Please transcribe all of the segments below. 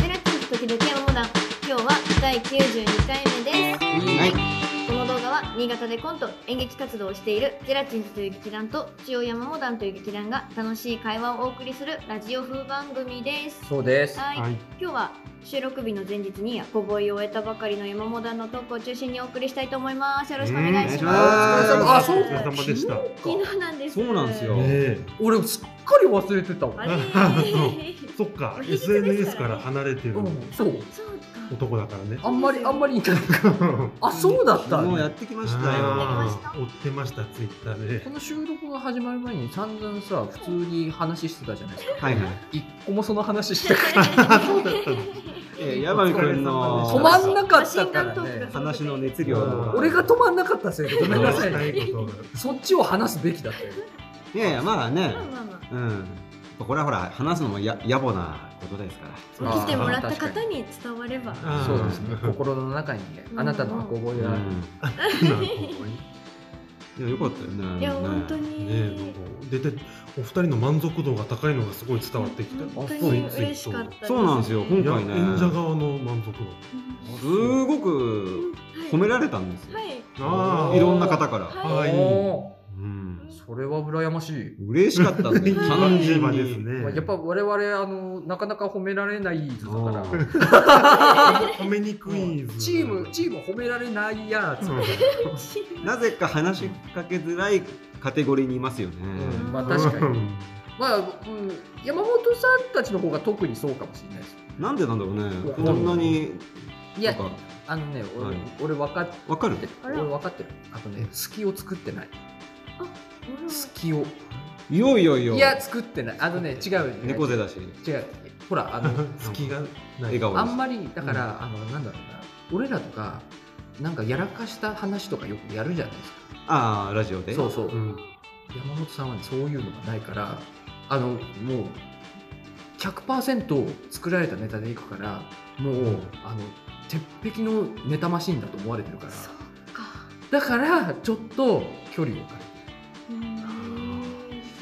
ゼラチン時々はモダン今日は第92回目ですはい。この動画は新潟でコント演劇活動をしているゼラチンズという劇団と千代山モダンという劇団が楽しい会話をお送りするラジオ風番組ですそうです。はい、はい。今日は収録日の前日に小ボイを終えたばかりの山モダンのトークを中心にお送りしたいと思いますよろしくお願いしますうんお願いしますあそうお疲れ様でした。ね昨日なんですそうなんですよえ俺すっかり忘れてたわあ。れそっかまあ、平日です SNS かからねら離れてるうん、そう。そうか男だから ね。あんまりあんまりいない。ああ、そうだった。もうやこってきましたよ。あー追ってました、ツイッターで。の収録が始まる前に散々さ、普通に話してたじゃないですか。はいはい。一個もその話してなかあっそうだったの。えー、山見くんのたお疲止れ様までしんなかったからね。話の熱量が俺が止まんなかったせいでごめんなさい話しね。たい ことがそっちを話すべきだったよ。いやいやまあねまあ、まあまあうん。これはほら話すのもや野暮なことですから。あー来てもらった方に伝わればあーそうですね。心の中にねあなたの憧れうがある。ん。いやよかったよね。いやね本当ねに、えなんか出てお二人の満足度が高いのがすごい伝わってきた。本当あそうに嬉しかったですそうなんですよいや今回ね。演者側の満足度。うんすごく褒められたんですよは。いあああ、ーいろんな方から。はいはいおうんー。それは羨ましい。嬉しかったん で。単純場にです。ね。まあやっぱ我々あのなかなか褒められない図だからうん褒めにくい図。チームチーム褒められないやつ、なぜか話しかけづらいカテゴリーにいますよね。まあ確かに、に。まあ、うん、山本さんたちの方が特にそうかもしれないですなんでなんだろうね。うんこんなにいなやんかあのね俺,、はい俺分かってわかる。るあ俺ら分かってるあとね隙を作ってない隙をいよいよいよ。いや作ってないあのね違う猫背だし。違うほらあの隙がない。笑顔ですあんまりだから、あのなんだろうな俺らとかなんかやらかした話とかよくやるじゃないですかああラジオでそうそう、うん。山本さんはねそういうのがないからあのもう100%作られたネタでいくからもう、うんあの鉄壁のネタマシンだと思われてるからそうかだからちょっと距離を置かれるうん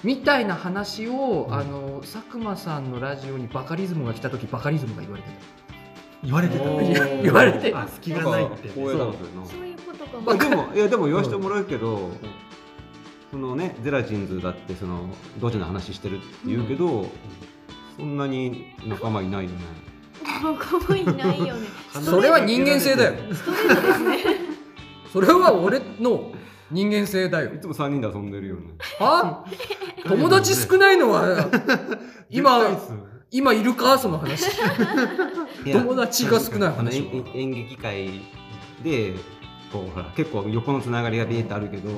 みたいな話を、うんあの佐久間さんのラジオにバカリズムが来た時バカリズムが言われて言われてたおたいーね。や言われてあ、隙がないって。光栄だなそれなそういうことかまあもでもいやでも言わせてもらうけど、そのねゼラチンズだってそのドジな話してるって言うけど、そんなに仲間いないよねここいないよねそれは人間性だよストレートですねそれは俺の人間性だよいつも3人で遊んでるよねは友達少ないのは今絶対数今いるかその話友達が少ないあの話演は演劇界でこうほら結構横のつながりがビーってあるけど、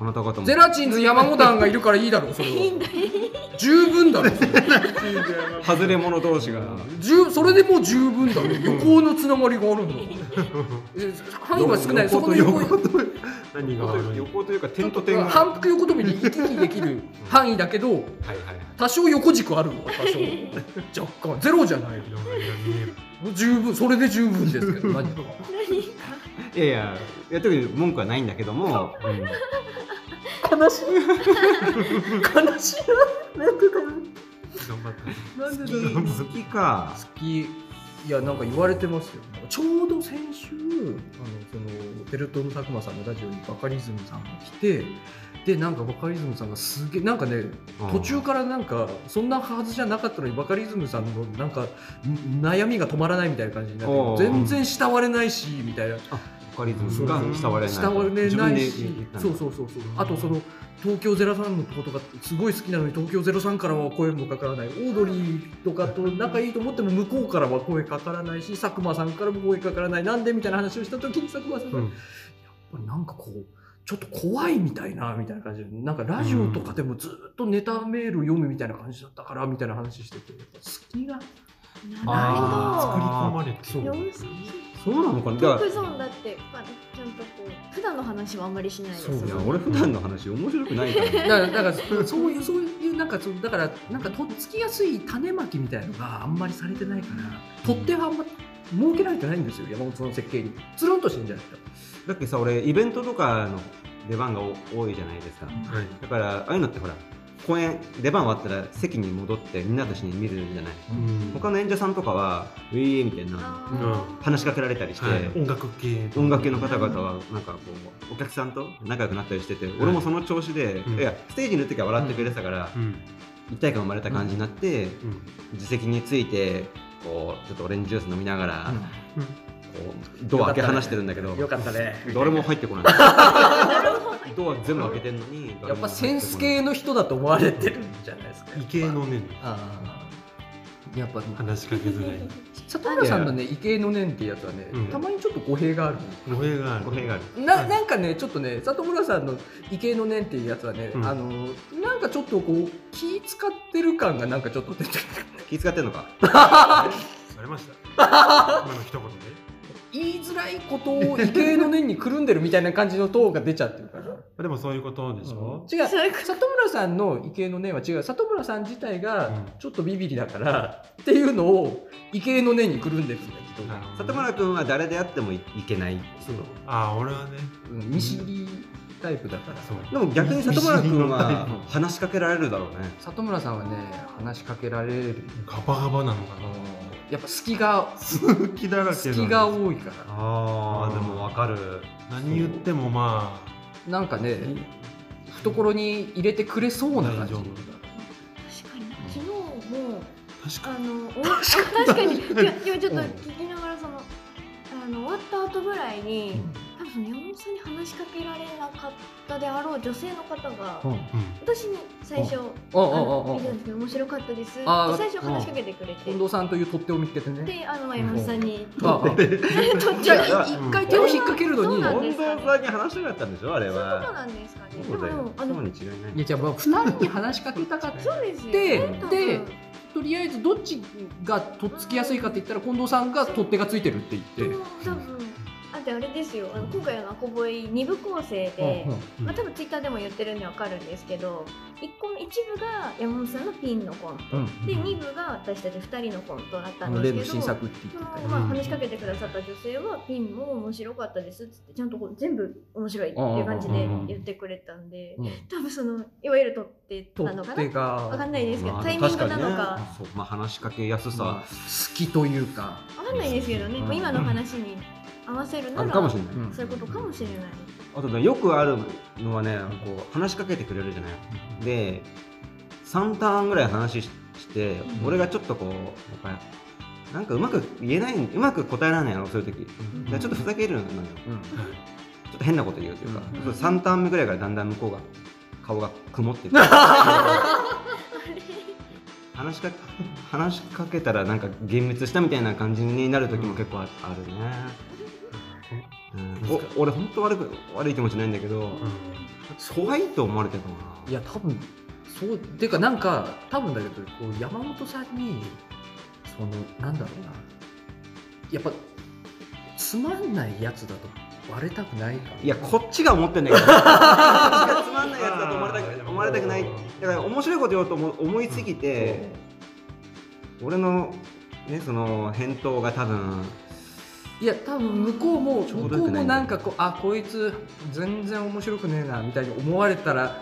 あなた方もゼラチンズ山モダンがいるからいいだろうそれいいんはだい十分だろそれ外れ者同士が十それでもう十分だろ横行のつながりがあるんだえ範囲は少ないそこの横横と何が悪い横というか点と点がはい反復横跳びに行き来できる範囲だけどはいはい多少横軸あるよ 多少若干ゼロじゃない広がりが見える十分それで十分ですけど何かいやいや、いや特に文句はないんだけども、悲しい悲しいななんか頑張ったな好んでだきろう 好きか。好きいやなんか言われてますよなんかちょうど先週あのそのテルトの佐久間さんのラジオにバカリズムさんが来てでなんかバカリズムさんがすげえなんかね途中からなんかそんなはずじゃなかったのにバカリズムさんのなんかん悩みが止まらないみたいな感じになおっうて全然慕われないしみたいなバカリズムが慕われない。慕われないし自分で言ったんだそうそうそうそうあとその東京03のことがすごい好きなのに東京03からは声もかからないオードリーとかと仲いいと思っても向こうからは声かからないし佐久間さんからも声かからないなんでみたいな話をした時に佐久間さんが、うやっんぱりなんかこうちょっと怖いみたいなみたいな感じでなんかラジオとかでもずっとネタメール読むみたいな感じだったからみたいな話しててやっぱ好きが作りなあ込まれてるほどう四三四そうなのかな。トーだかクゾーンだって、まあ、ちゃんとこう普段の話はあんまりしないですらいよやね俺普段の話面白くない からね。だからだからそういうそういうなんかそうだからなんかとっつきやすい種まきみたいのがあんまりされてないから取っ手はあんま設けられてないんですよ山本さんの設計につるんとしてんじゃないですかだってさ、俺イベントとかの出番が多いじゃないですか。はいだからああいうのってほら、公演出番終わったら席に戻ってみんなと一緒に見るじゃないうん他の演者さんとかは「ウィー」みたいなあー話しかけられたりして、はい、音楽系音楽系の方々はなんかこうお客さんと仲良くなったりしてて、俺もその調子で、うんいやステージにいる時は笑ってくれてたから、うん一体感生まれた感じになって、うん自席についてこうちょっとオレンジジュース飲みながら、うこんうドア開け放してるんだけど、よかったねどれも入ってこないなるほど。ドア全部開けてんのにやっぱセンス系の人だと思われてるんじゃないですか異形のねああやっぱ話しかけづらい里村さんのね異形の念ってやつはね、うんたまにちょっと語弊がある語弊がある語弊があるななんかねちょっとね里村さんの異形の念っていうやつはね、うんあのなんかちょっとこう気使ってる感がなんかちょっと出て気使ってんのかされま した今の一言で言いづらいことを異形の念にくるんでるみたいな感じのトーンが出ちゃってるからまあでもそういうことでしょ、違うそういうこ里村さんの異形の念は違う里村さん自体うがんちょっとビビリだから、っていうのを異形の念にくるんでるんだけど、なるほど里村君は誰であってもいいけないそうああ俺はねうん見知りタイプだから、そうでも逆に里村君 はうん話しかけられるだろうね里村さんはね話しかけられる ガバガバなのか あなのやっぱ隙が好きだらけ隙が多いかああでもわかるい何言ってもまらなんかねあ懐に入れてくれそうな感じ大丈夫確かにな昨日も確かあのおあ確かにいや今ちょっと聞きながらそのあの終わった後ぐらいに、多分その山本さんに話しかけられなかったであろう女性の方が、うんに、私に最初、ああああのあ見たんですけど面白かったですってあ最初話しかけてくれて、近藤さんという取っ手を見つけてねであのまあ山本さんにああ とっじちゃゃうあいうん一回手を引っ掛けるのそうにな近んで藤すかねさんに話しなかったんでしょあれそういうことはなんですかねでそうだよもあそのうに違いないいやじゃあまあ2人に話しかけたか ったそうですよでね多分でとりあえずどっちがとっつきやすいかって言ったら近藤さんが取っ手がついてるってで言っても。多分あとあれですよあの今回の「アコボイ」2部構成で、うんうんまあ、多分ツイッターでも言ってるんでわかるんですけど一個一部が山本さんのピンのコント、うんで二部が私たち二人のコントだったあんの例のですけど新そ作って言ってのたよまあ、うん話しかけてくださった女性はピンも面白かったですっつってちゃんとこう全部面白いっていう感じで言ってくれたんでうん多分そのいわゆる撮ってた取のかっな手がわかんないですけど、まあタイミングなのか確にねそうまあ話しかけやすさまあ好きというか、わかんないですけどね、うんまあ今の話に合わせるあなるらかもしれない、うんそういうことかもしれない。あとねよくあるのはねこう話しかけてくれるじゃないで3ターンぐらい話しして、うん俺がちょっとこうやっぱりなんかうまく言えないうまく答えられないのそういう時、うんでちょっとふざけるのよちうんょっと変なこと言うというか、うんそう3ターン目ぐらいからだんだん向こうが顔が曇ってくる話しか話しかけたらなんか幻滅したみたいな感じになる時も結構ああるね、うんお俺本当悪く悪い気持ちないんだけど、怖いと思われてるかもないや多分そうていうかなんか多分だけどこう山本さんにそのなんだろうなやっぱつまんないやつだとバレたくないからいやこっちが思ってんだけどこっちがつまんないやつだと思われた あーく思われたくないだから面白いこと言おうと思思いすぎて、俺のねその返答が多分いや多分向こうもちょ向うこどようくなもいなんかこうあこいつ全然面白くねえなみたいに思われたら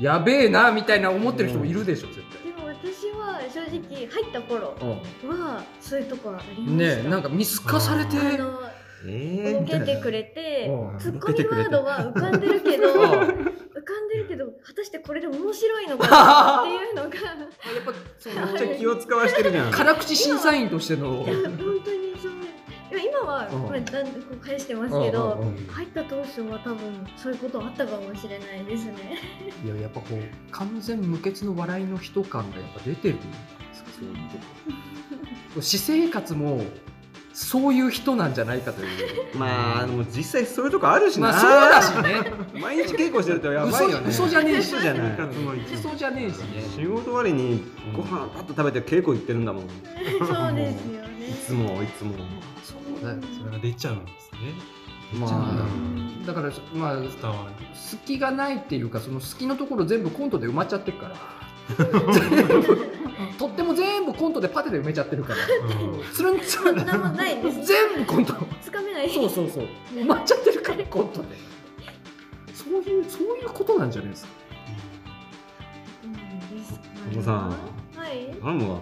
やべえなみたいな思ってる人もいるでしょ絶でも私は正直入った頃対、はそういうところありました。ねえなんか見透かされてあのえボー、ケてくれてうんツッコミワードは浮かんでるけど浮かんでるけど果たしてこれで面白いのかなっていうのがやっぱそのめっちゃ気を使わしてるじゃん辛口審査員としてのいや本当にそういや今はうんこれだんこう返してますけうんどうんうん入った当初は多分そういうことあったかもしれないですね。 いややっぱこう完全無欠の笑いの人感がやっぱ出てるんですかそういうとこ私生活もそういう人なんじゃないかと いうまあでも実際そういうとこあるしな、まあそうだしね毎日稽古してるとやば嘘いよね嘘じゃねえし嘘じゃない生活の一部嘘じゃねえし仕ね事終わりにご飯パッと食べて稽古行ってるんだもんいそうですよね。つもいつもそうだよそれが出ちゃうんですねまあだからまあ伝わる隙がないっていうかその隙のところ全部コントで埋まっちゃってるから とっても全部コントでパテで埋めちゃってるからつるんつるそんんなもんない です。全部コントつかめない。そうそうそう埋まっちゃってるからコントでそういうそういうことなんじゃないですかうんんお父さんはいい頼むわ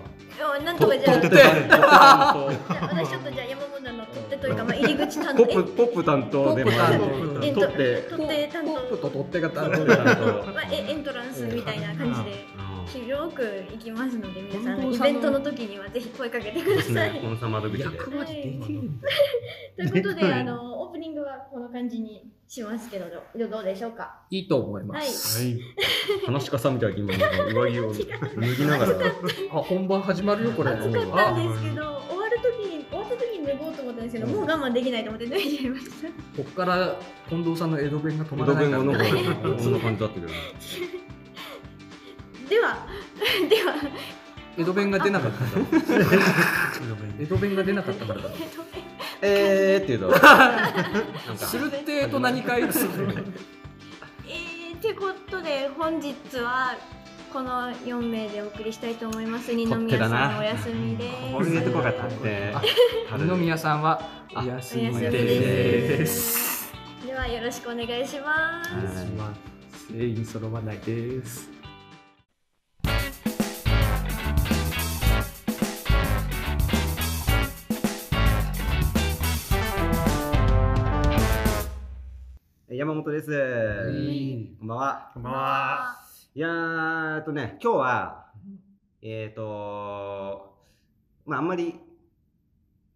やなんととかじゃあ取ってじゃたね取ってあ私ちょっとじゃあ山本の取ってというかまあ入り口担担当当ポップポップ担当でもあるポップ担当え取っとって取って担ポップと取っ手が担担当当担だ当まあえエントランスみたいな感じで当広く行きますので皆さん本当イさベんのントの時にはぜひ声かけてください。このさ窓口で役割できるんだということででかいあのオープニングはこの感じにしますけどどどうでしょうか。いいと思いまはいす。い話し家さんみたいに今なんか上着を脱ぎながらあ本番始まるよこれ。暑かったんですけど終わる時に終わった時に脱ごうと思ったんですけどもう我慢できないと思って脱いじゃいました。こっから近藤さんの江戸弁が止まら窓ない弁がなんか。からこんな感じだったけどではでは江戸弁が出なかったから。江戸弁が出なかったからだ。えっとえーって 言うとなんかするってーと何回するのえー、てことで本日はこの4名でお送りしたいと思います二宮さんのお休みですこれ入れてこなかったって二宮さんはあおお休み休みで。ですではよろしくお願いします、全員揃わないです。山本ですいこんばんはこんばんはいやーえっとね今日はえっ、とまああんまり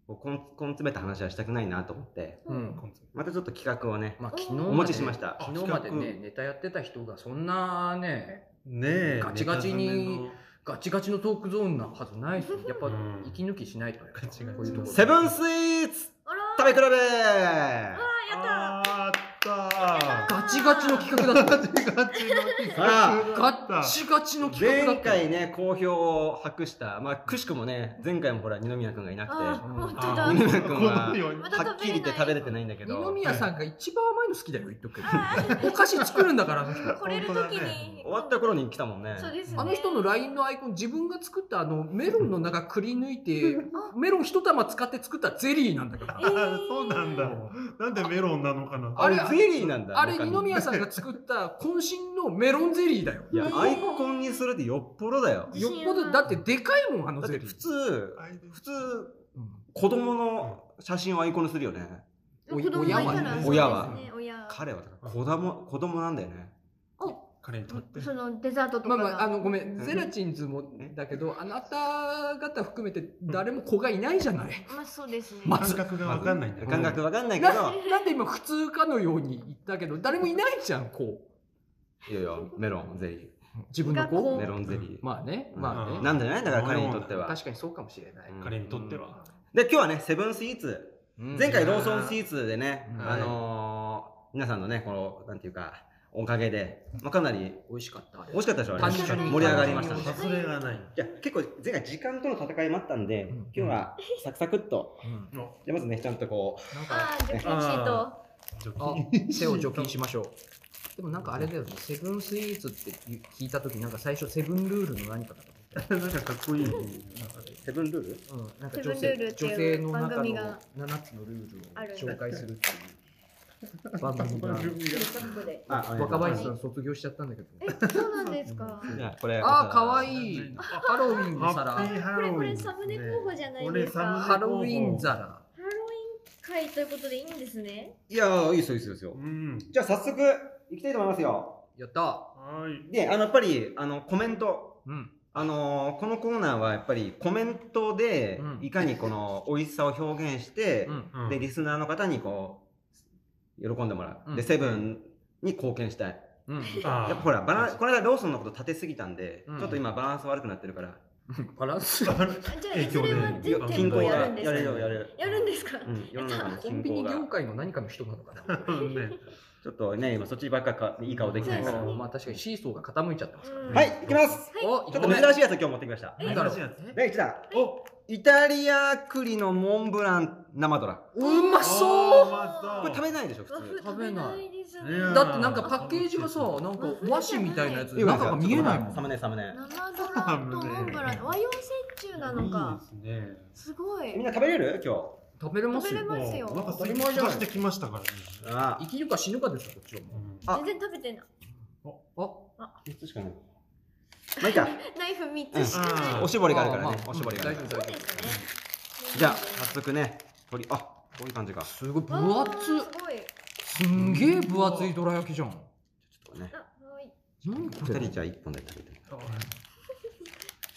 こうこんこん詰めた話はしたくないなと思ってうん。またちょっと企画をねまあ昨日おま持でちしました昨日までねネタやってた人がそんなねねえガチガチにガチガチのトークゾーンなはずないですよやっぱうん息抜きしないとやっぱガチガチこういうところセブンスイーツあら食べ比べーやったあったやったガチガチの企画だったガチガチのさガチガチの企画だ前った回ね好評を博したまあくしくもね前回もほら二宮君がいなくあて本当あだ二宮君はこのようにまたはっきり言って食べれてないんだけ二ど宮さんが一番甘いの好きだよ言っとくけあどお菓子作るんだからあの人ー来れる時に、終わった頃に来たもんねそうですねあの人の LINE のアイコン自分が作ったあのメロンの中くり抜いてメロン一玉使って作ったゼリーなんだからえあそうなんだなんでメロンなのかなああれれゼリーなんだあれ中身二宮さんが作った渾身のメロンゼリーだよいやねアイコンにするってよっぽどだよよっぽどだってでかいもんあのだっゼてリー普通あれで普通子供の写真をアイコンにするよね子供がいたらそうですね親は親は彼はだから子供子供なんだよね彼にとってそのデザートとまかあが、まあ、あのごめんんゼラチンズもだけどあなた方含めて誰も子がいないじ ゃない、まあそうですね、ま感覚がわかんないんだよ感覚わかんないけなどなんで今普通かのように言ったけど誰もいないじゃんこいやいやメロンゼリう自分の学子校ーメロンゼリーまあねうんまあね、なんだよねだから彼にとっては確かにそうかもしれない、うん彼にとってはで今日はねセブンスイーツうん前回ローソンスイーツでね、うんあのー皆さんのねこのなんていうかおかげで、まあ、かなり美味しかったあれ美味しかったでしょあれ単純に盛り上がりましたね単純に外れがないいや結構前回時間との戦いもあったんで、ん今日はサクサクっとうんでまずねちゃんとこなんかああ除除菌シートあ菌手を除菌しましょうでもなんかあれだよねセブンスイーツって聞いた時なんか最初セブンルールの何かだと思ったなんかかっこいいねうセブンルールうん、なんかセブ女ン性ルールっていう女性の番中の組7がつのルールをある紹介するっていう番組 がここであ若林さんん卒業しちゃったんだけどえそうなんですかいやこれあーかわいいいハロウィンのあ皿ハッピーハこロウィンれこれサムネ候補じゃないですか。ねこれハハロウィン皿ロウィン会ということでいいんですね。いやいいですよいいですよいいですようんじゃあ早速いきたいと思いますよやったはいであのやっぱりあのコメントうんあのーこのコーナーはやっぱりコメントでうんいかにこの美味しさを表現してう、んうんでリスナーの方にこう喜んでもらう、うんでセブンに貢献したいうんあーやっぱほらバランこの間ローソンのこと立てすぎたんで、うんちょっと今バランス悪くなってるからバランスあれあじゃえあそれは今日ね全店均衡舗がややるんですれるか。よやれる、やるんですか。うん、世の中のコ均ンビ衡ニが業界の何かの人なのかなねちょっとね今そっちばっかかいい顔できないかそら、ううでんまあ確かにシーソーが傾いちゃってますからねはい行きますはいおちょっと珍しいやつ今日持ってきましたなんだろ珍うしいや第1弾おイタリア栗のモンブラン生ドラうまそううまこれ食べべないでしょ普和風通食べないですね。いやーだってなんかパッケージがさなんか和紙みたいなやつで中が見えないもんサムネサムネ生ドラとモンブラン和洋折衷なのか。いいですねすごいみん。な食べれる今食べれます食べよれますよおなんか当たり前じゃないしてきましたからね日ああ生きるか死ぬかですよこっちはもうんあ全然食べてない。うあ3つしかないまあいいかナイフ三つしかない。おしぼりがあるからねあーまあおしぼりがあるかうん大ら丈そうですね。じゃあ早速ね鳥あこういう感じかちすごい分わー厚すごい。すんげえ分厚いどら焼きじゃんょっとねあ、はい。何こ二れ人じゃあ一本だけ食べて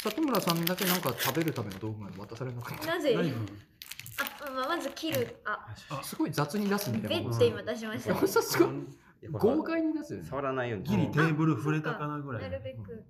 里村さんだけなんか食べるための道具が渡されなかっなぜ。あ、まあ、まず切る。あ、たすごい雑に出すんだベよッて今出しました山。本さんすごいいやほら 豪快に出すよね触らないようにギリテーブル触れたかなぐらないるべく。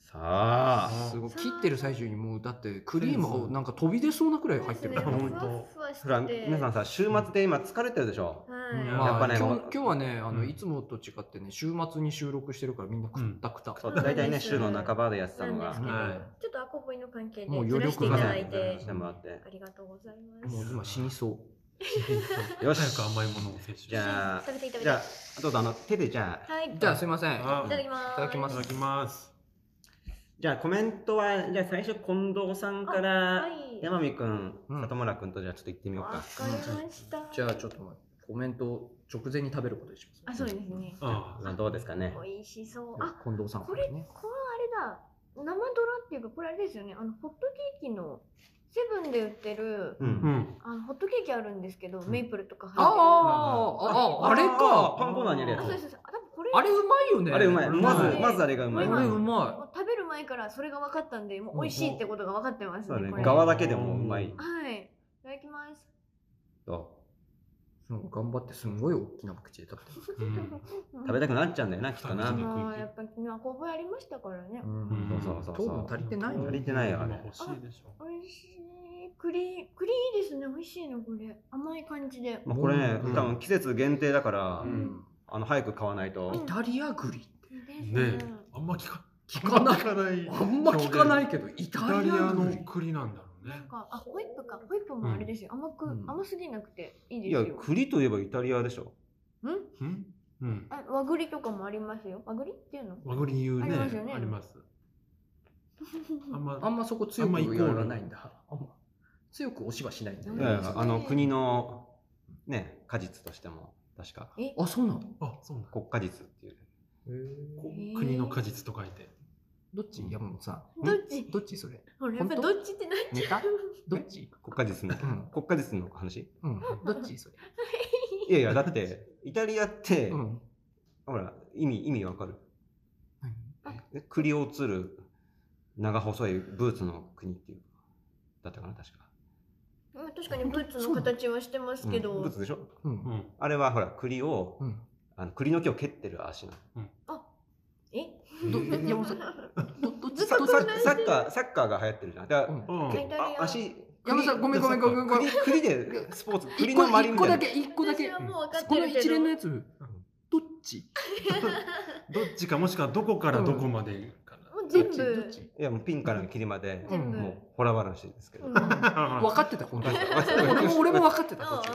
さあすごい切ってる最中にもうだってクリームをなんか飛び出そうなくらい入ってるそかうら、でほすねんふとわふわしほらてて。皆さんさ週末で今疲れてるでしょはい。まあ、やっぱね今日今日はねあの、うんいつもと違ってね週末に収録してるからみんなくったくた、そううん大体ね週の半ばでやってたのなんがですけど、はちょっとアコボイの関係もうでず余らして力いがたなだいいてしてもらってありがとうございます。もう今死にそよ早しく甘いものを摂取してじゃあ食べていただじゃだああとあの手でじゃあきはい。うじゃあすいませんあいただきます。いただきまいただすきますじゃあコメントはじゃあ最初近藤さんからはい。山美くんうん里村くんとじゃあちょっと行ってみようわかかりました。じゃあちょっと待ってコメントを直前に食べることにしますあ、そうですね。ああどうですかね美味しそう。あ、近藤さんこかれ、らこのねあれだ。生ドラっていうか、これあれですよね。あの、ホットケーキの、セブンで売ってる、ううんんあの、ホットケーキあるんですけど、メイプルとか入あーあああれかパンコーナーにあるやあ、つそうです。あ、多分これ、あれうまいよねあれうまいうんまうずんまずあれがうまいこれうまもう食べる前からそれが分かったんで、もう美味しいってことが分かってますそうだね。ねこれ側だけでもうまいはい。いただきます。といなんか頑張ってすんごい大きな口で食べてるうん食べたくなっちゃうんだよなきっとなう足んまあ、やっぱ昨日は工房ありましたからねう。んうんそうそうそう糖分足りてないの足りてないよあれ今欲しいでしょ美味しい。栗、栗いいですね。美味しいの、これ。甘い感じで。まあこれねうん多分季節限定だからうんあの早く買わないとうイんタリア栗っていいねですえあんま聞か聞かないかないあんま聞かないけどイイタタリリアアの栗栗なんだろうねなんか、あ、ホイップか。ホイップもあれですよ。甘く、うん甘すぎなくていいでいすよ。や栗といえばイタリアでしょんうんうんあ、和栗とかもありますよ。和栗っていう の和栗言うねありますよねありますあんまあんまそこ強あんまイコくーやルらないんだあんま強く押しはしないんだういんねやいやあの国のね果実としても確かえあそうなのあそうなんだ国果実っていうこへえ国の果実と書いてどっち山本さんどっちどっちそれほら、やっぱ本ど当っちってなっネちゃタ う。どっち国果 実のうん国果実の話うんどっちそれいやいやだ ってイタリアって、うんほら意味意味わかる何え栗をつる長細いブーツの国っていうだったかな確かまあ、確かにブーツの形はしてますけど。うんブーツでしょううんんあれはほら栗をうんあの栗の木を蹴ってる足のえどえ山本さんどどっちずっサとッそサんなッサッカーサッカーが流行ってるじゃんだかうんうんら、んけあ足山本さんごめんごめんごめんごめん栗栗でスポーツ栗一の個周り一み個ただいなけ一個だけ 私はもう分かってこのるけ一ど。連のやつどっちどっちかもしくはどこからどこまでかもうどっ全ちどっ部。ちいやもうピンから霧まで全部。うんもうほらばらしいですけど、うんな分かってた本当にあそう俺も俺も分かってたうんどっち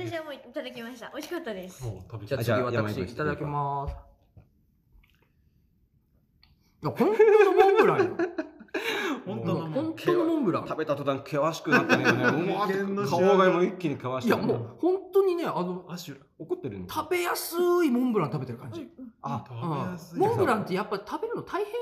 うん私はもういただきました。美味しかったです。もう食べじゃあち次ゃあじゃあ私山井君いただきます。いや本当のモンブランよ。本当のも本ん当のモンブラン。食べた途端険しくなったね今ねうわーって顔がもう一気に険しいくやなったもう本当にねあのアシュラ怒ってるんです食べやすいモンブラン食べてる感じ。あ食べやすいモンブランってやっぱ食べるの大変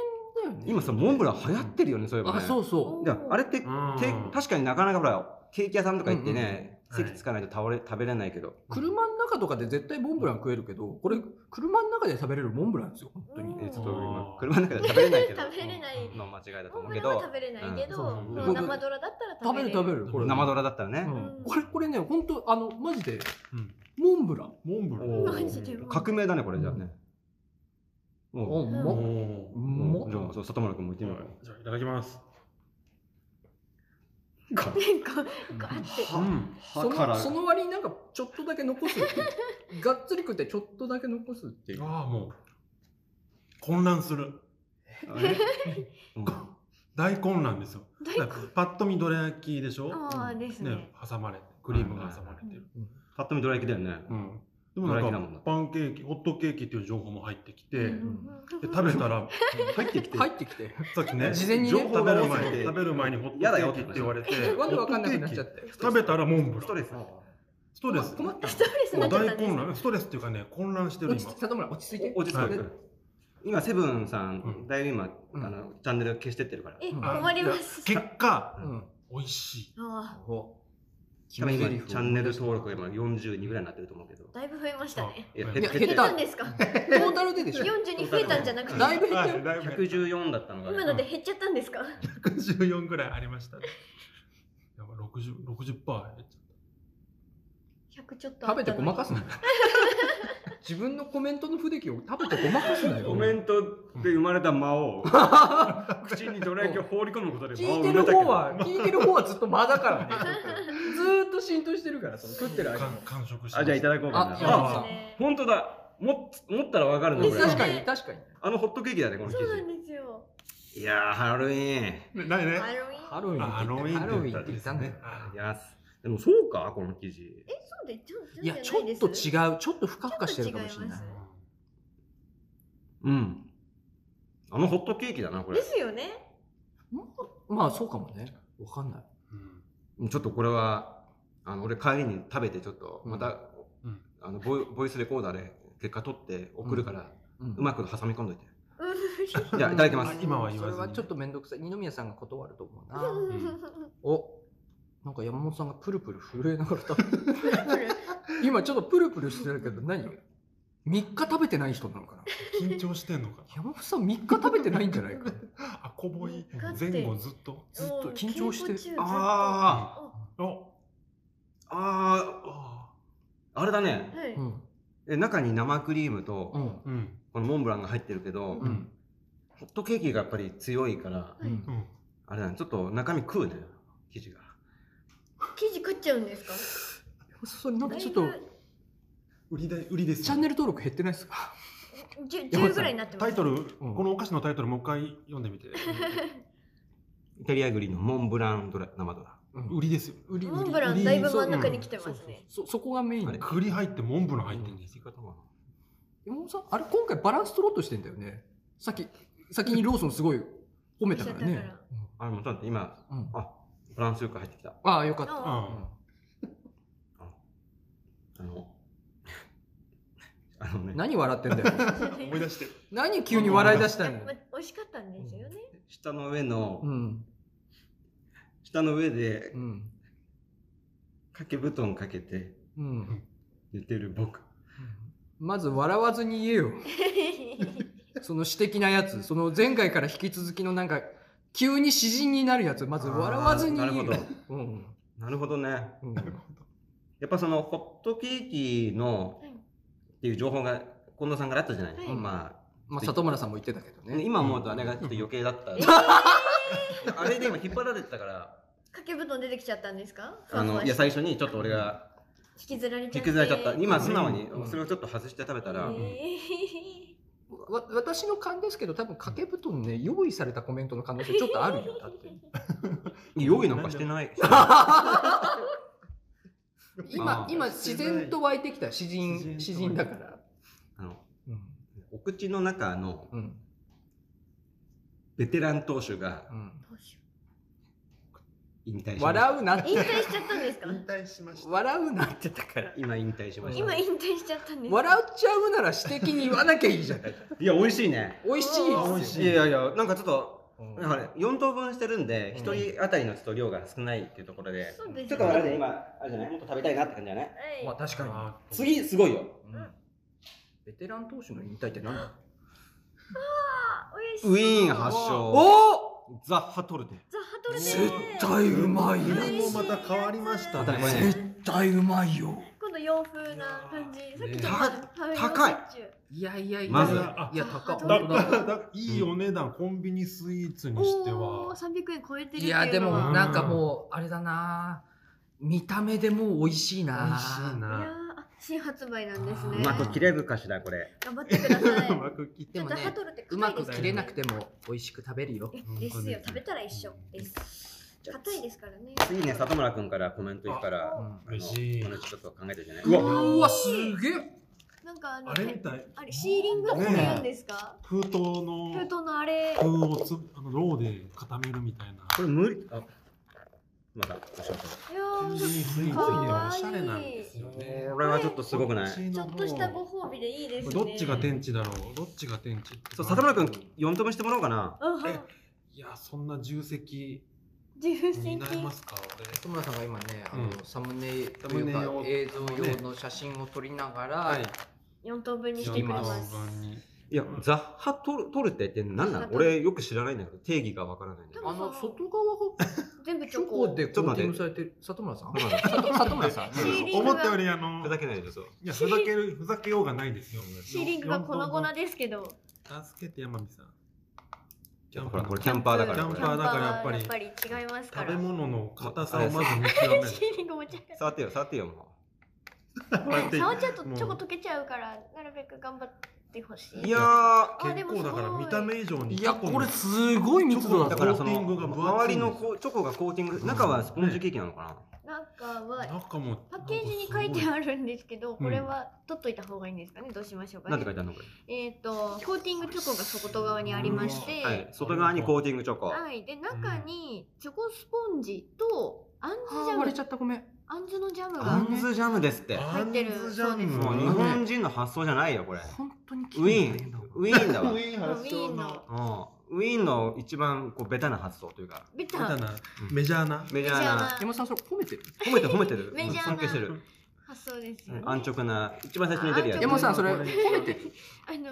だよね。今さモンブラン流行ってるよねそういえばねあそうそおいやあれって、うんて確かになかなかほらケーキ屋さんとか行ってね、うんうん席つかないと倒れ食べれないけど、う。車の中とかで絶対モンブラン食えるけど、これ車の中で食べれるモンブランですよ本当に。うんえちょっと今うん車の中で食べれないけ ど食べれないの間違いだとモン思うブけランはど食べれないけど、うんそうそうその生ドラだったら食食べべるれ食べる。るこれ。生ドラだったらね、うんこれこれね本当あのマジでうんモンブラン。モンブランおーマジでも革命だねこれじゃあね、あもうおまっ。うおうまもうっじゃあそう里村君も行ってみようかじゃあいただきますなんか、ガーって。うんそ歯からのその割になんかちょっとだけ残すっていうがっつり食ってちょっとだけ残すっていうああもう混乱するあれうん大混乱ですよ大根だからパッと見どら焼きでしょああですねね挟まれてクリームが挟まれてるぱっと見どら焼きだよね、うんでもなどら焼んきだもんなかパンケーキホットケーキっていう情報も入ってきて、うんで食べたら入ってきて入ってきてさっきね事前にね情報が多す食ぎべる前にて食べる前にホットケやだよーっキてって言われて わけわかんなくなっちゃホットケーってキ食べたらモンブストランレスストレス困ったストレスにもなうっちゃ大ったんです混乱ストレスっていうかね混乱してる落今ち着いて里村落ち着いて落ち着はいく今セブンさうんんだいぶ今あうんのチャンネル消してってるからえ、うん困ります。結果、うん美味しい。あお多分今決め台詞をチャンネル登録が今42ぐらいになってると思うけどあ、だいぶ増えましたね。いやうん減っいや減っ減てったんですかトータルででしょ ?42 増えたんじゃなくて、だいぶ減っはているだいぶ減った114だったのが今ので減っちゃったんですか114ぐらいありましたね。 やばい60 60%減っちゃっ ?100 ちょっとあった食のべにてごまかすな よ自分のコメントの不出来を食べてごまかすなよコメントで生まれた魔 王口にどら焼きを放り込むことで魔聞王いをて生るめたけ方どは聞いてる方はずっと間だからねずーっと浸透してるからその食ってるた間も完完食してあじゃあいただこうかあなそうですあね。本当だもっ持ったらわかるのこれです確ねかに確かにあのホットケーキだねこの生そうなん地ですよ。いやーハロウィーンねないね。ハロウィン。ハロウィンあハロウィンハロウィンって言ったんだよですねあいやでもそうかこの記事え、そうで、ちょいやちょっと違うちょっとふかふかしてるかもしれないちょっとうんあのホットケーキだなこれですよね。まあそうかもねわかんないうんちょっとこれはあの俺帰りに食べてちょっとまた、うんあのボイボイスレコーダーで結果取って送るから、ううんまく挟み込んどいてうんじゃあいただきますあ今は言わずにそれはちょっと面倒くさい二宮さんが断ると思う なうんおなんか山本さんがプルプル震えながら食べてるこれ今ちょっとプルプルしてるけど何3日食べてない人なのかな緊張してんのか山本さん3日食べてないんじゃないかあこぼいだって前後ずっとずっともう緊張して。稽古中ずっとあおああーあれだねはいうんえ中に生クリームと、うんうんこのモンブランが入ってるけど、ううんんホットケーキがやっぱり強いからううんんあれだねちょっと中身食うね生地が生地食っちゃうんですかそれなんかちょっとだい売りだ売りですチャンネル登録減ってないですかぶじゅ10ぐらいになってます。タイトル、んこのお菓子のタイトルもう一回読んでみてイタリアグリのモンブランドラ生ドラうん売りですよ売り売りモンブラン売りだいぶ真ん中に来てますねそうそうそうそそこがメインあれ栗入ってモンブラン入ってん言でいすよ、方は山本さんあれ今回バランス取ろうとしてんだよねさっき先にローソンすごい褒めたから褒めちゃっねたかあれもちょっと今うんうんフランスよく入ってきたああよかっあたうんあのあのね何笑ってんだよ思い 出して何急に笑い出したやのっぱ美味しかったんですよね。 下の上の、うん下の上でうん掛け布団かけてうん寝てる僕まず笑わずに言えよ。その私的なやつ、その前回から引き続きのなんか、急に詩人になるやつ、まず笑わずにあ言えーなよ。るほうんどなるほどねうんやっぱそのホットケーキのっていう情報が近藤さんからあったじゃない、はいままあ、里村さんも言ってたけどあねね。今思うとあれがちょっと余計だった、 あれで今引っ張られてたから掛け布団出てきちゃったんですかあのいや引最初にちょっと俺がきずられちゃって。引きずられちゃった今素直にうんそれをちょっと外して食べたら、えーわ私の勘ですけど、多分掛け布団ね、用意されたコメントの可能性ちょっとあるよ、だって。用意なんかしてない今あ、ー今、自然と湧いてきた詩人、詩詩人人だから。あのうん。お口の中のうん。ベテラン投手がうんどうしよう引退しました笑うなっ引退て、しちゃったんですか退しま笑うなってだから。今引退しました今引退しちゃったんですか笑っちゃうなら私的に言わなきゃいいじゃない。いや美味しいね美味しいあ美で味すしいよやいやいやなんかちょっとうんなんかね4等分してるんでうん1人当たりのちょっと量が少ないっていうところで、そうですちょっとあれで今あれじゃないもっと食べたいなって感じだねはいまあ確かに、次すごいようんベテラン投手の引退って何だあ美味しいウィーン発祥おザ・ハトルテザハトル絶ね対うまいよ美味しいやつもうまた変わりましたね絶対うまいよ今度洋風な感じさっきちょっと食べ高いいやいやいやまずいやあ高そいうだ本だだいいお値段、コンビニスイーツにしておおは300円超えてるっていいうのはやでもうんなんかもうあれだな見た目でもう美味しい美な味しいいやなーあ新発売なんですうねうまく切れるかしらこれ頑張ってくださういまく切ってでもザハねトルってう硬まいでくすよね切れなくても美味しく食べるよえですよ食べたら一緒です硬いですからね次ね里村君からコメントいくからうあんの美味しい同じちょっと考えてるじゃないうわわうわすげえなんかあのあれみたいあれシーリングって言うんですか封筒の封筒のあれ封をつあのローで固めるみたいなこれ無理あまたおしましょいやーついついかわいいおしゃれなんですよねうこれはちょっとすごくないちょっとしたご褒美でいいですね。どっちが天地だろうどっちが天地そう里村君読み止めしてもらおうかなうんえいやそんな重責重に責。なりますか田村さんが今ね、あうのんサムネとサムいうネかを映像用の写真を撮りながら、俺四等分にして四くれ番ます。にいやザッハトルトルテって何なザッハのトルテ俺よく知らないんだけど定義がわからないんだけどあの外側が全部チチョョココ。でコーティングされてる里村さん里 里村さんシーリング思ったよがりあのふざけないでしょいやふざけるふざけようがないですよシーリングが粉々ですけど。助けて山美さんキほらこれキャンパーだからキこャンれパーだからやっぱりキャンパーはやっぱり違いますか食ら。べシ物の硬さをまず見極めるーリング持ち上げ触ってよ触ってよもて。触っちゃうともうチョコ溶けちゃうからなるべく頑張ってほしうい。いやーあで結も構すごだいから見た目以上にいやこれすごい密度だだぞからそのコーティングが分厚いんですよ周りのこうチョコがコーティング中はスポンジケーキなのかな、なんかは中もパッケージに書いてるあるんですけど、これは取っといた方がいいんですかね。どうしましょうかなんねて書い。てあるのこれえっ、とコーティングチョコが外側にありまして、はい、外側にコーティングチョコ。はい、で中にチョコスポンジとあんずジャ割ムれちゃったごめんあんずのジャムあがんずジャムですって。入ってるジャムもう日は本人の発想じゃない よ、これ。本当にウィーン、ウィーンだわ。うウんィーンウ発ィ祥ーンののウィーンの一番こうベタな発想というか、ベみたタいなメジャーなメジャーな、山さんそれ褒めてる褒めてる褒めてる、メジャーな尊敬してる、発想ですうよね。ん安直な、一番最初に出るやあ安直山つ。さんそれ褒めてるあ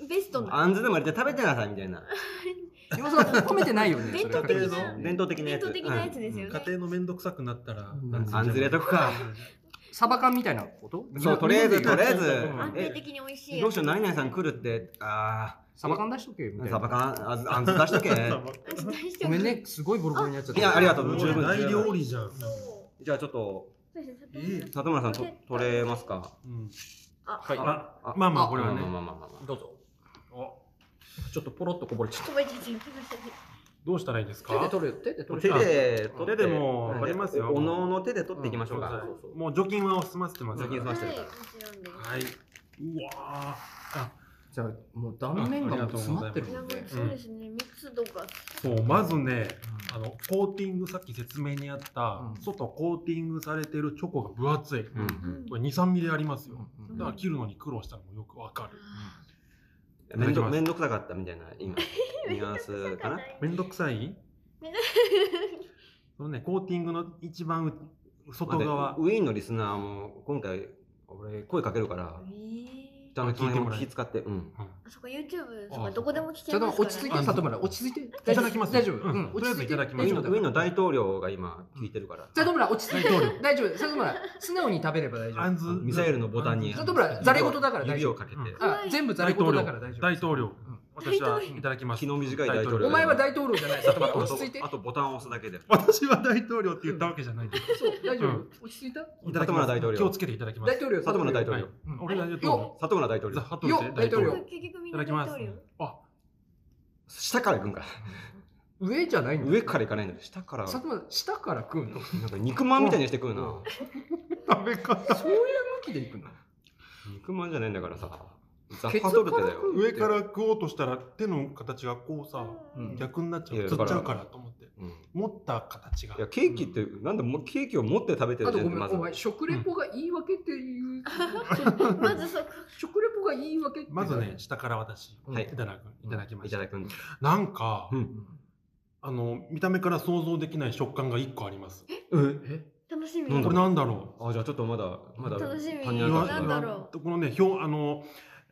のベストなあんずでも入れて食べてなさいみたいな、山さん褒めてないよね伝統的な伝統的なやつ。伝統的なやつですようんね家庭の面倒くさくなったらうんなんうつんあんず入れとくか。サバ缶みたいなことそう、とりあえず、とりあえずうん安、定え、的に美味しいどやうしつ。よう、何々さん来るって、あサバ缶出しとけよみたー、いサバな缶、あずあんず出しとけ。ごめんねすごいボロボロのやつだったいやありがとう十分大料理じゃんそじゃあちょっと、うそうですいいね。里村さんと取れますかうんあ、はいあまあまあこれはねまあまあまあまあまあどうぞちょっとポロッとこぼれちゃっこぼれちゃってます。どうしたらいいですた手でか取れ手で取手れであ取れでもうん取れますよ。うんおのおの手で取っていきましょううんかそ。うそうもう除菌は済ませてます除菌済はまい、もせちてるからろんです。はい。うわあ。じゃあもう断面がもう詰まってるいやもんもうねそうですね、密度が。そうまずね、あのコーティングさっき説明にあった、うん外コーティングされてるチョコが分厚い。うんううんんこれ二三ミリありますうよ。んうんだから切るのに苦労したのもよくわかる。めんいただきどますめんどくさかったみたいな今ニュアンス かな。めんどくさい？そのねコーティングの一番う外側ウィーンのリスナーも今回俺声かけるから、えちゃんと聞いてもらえあ聞いてもらえ気使って。うん。うんあそこ YouTube とかどこでも聞ちょけっとますから、ね。落ち着いて里村落ち着いていただきます大丈夫うんうん落ち着とりあえずいただきウまィしーンょのうウィーンの大統領が今聞いてるから。里村落ち着いて大丈夫里村素直に食べれば大丈あんずミサイルのボタンに里村ざれ言だから大指丈を夫かけて。うんあ全部ざれ大統言領だから大丈夫大統領うん私は大いただきます気の短い大統領。お前は大統領じゃない里村 落ち着いてあとボタンを押すだけで。私は大統領って言ったわけじゃない ですそう大丈う夫落ち着いたいただきます里村大統領気をつけていただきます大統領里村大統はい領。うん俺が大よ統里村大統領ザ・領。ハトルテよ大大統領統領結局みいんたなだきま大す統領。あ下から行くんか。上じゃないんだ上から行かないんだ。下から。里村下から食うのなんか肉まんみたいにしてくるな。食べ 方そういう向きで行くの肉まんじゃないんだからさ。ザケッツかパトルテらだよ。上から食おうとしたら手の形がこうさうん逆になっちゃいやうだつかっらちゃうからと思ってうんい持った形がや、ケーキって、なんでもケーキを持って食べてるあとじゃごん、めんまずお。前食レポが言い訳っていうまずそこ。 食レポが言い訳っていうまずね下から私うんはいいただくいただきまいしたただくんだ。なんかうんあの見た目から想像できない食感が一個ありますええ楽しみ。なんこだれなんだろあ、じゃあちょっとまだ、まだ、楽しみ谷う中なさんんだが。ろこのね表あの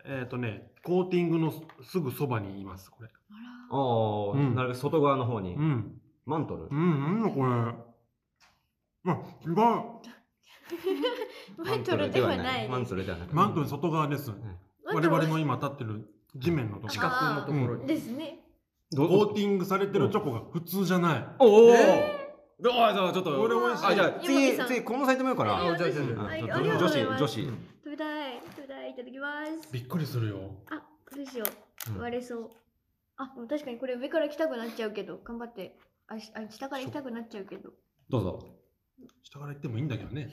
えっとねコーティングのすぐそばにいますこれあらあうあ、んなるべく外側の方にう。んマントルう。ん、うん、これ。あ、違う。マントルではない。マントルではない。マントル外側です。マ我ントル々の今立ってる地面のとこ四角のところにですね。どコーうティングされてるチョコが普通じゃない。おおどうあじゃあちょっと。これ美味しいあ、じゃあ山木次、さん次、このサイトもようかはな。いあじゃあじゃあじゃあはいちょっあとりがとうご女ざい子、ます女子。食べたい。食べたい。いただきます。びっくりするよ。あ、どうしようう。ん割れそう。あ、でも確かにこれ上から来たくなっちゃうけど、頑張って。あ、しあ下から行きたくなっちゃうけど。どうぞ。下から行ってもいいんだけどね。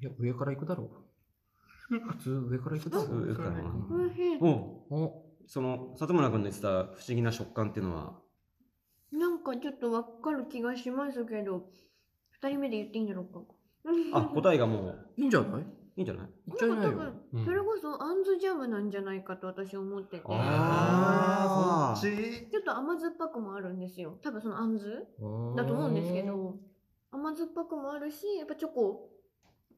いや上から行くだろう普通上から行くだろう上からなおいしうん。おその、里村君の言ってた不思議な食感っていうのは、い。なんかちょっとわかる気がしますけど、二人目で言っていいんじゃろうか。あ、答えがもういいんじゃないいいんじゃないいっこちゃいれながよ多分、うんそれこそアンズジャムなんじゃないかと私思ってて、あーーそっちちょっと甘酸っぱくもあるんですよ。多分そのアンズだだと思うんですけど、甘酸っぱくもあるし、やっぱチョコ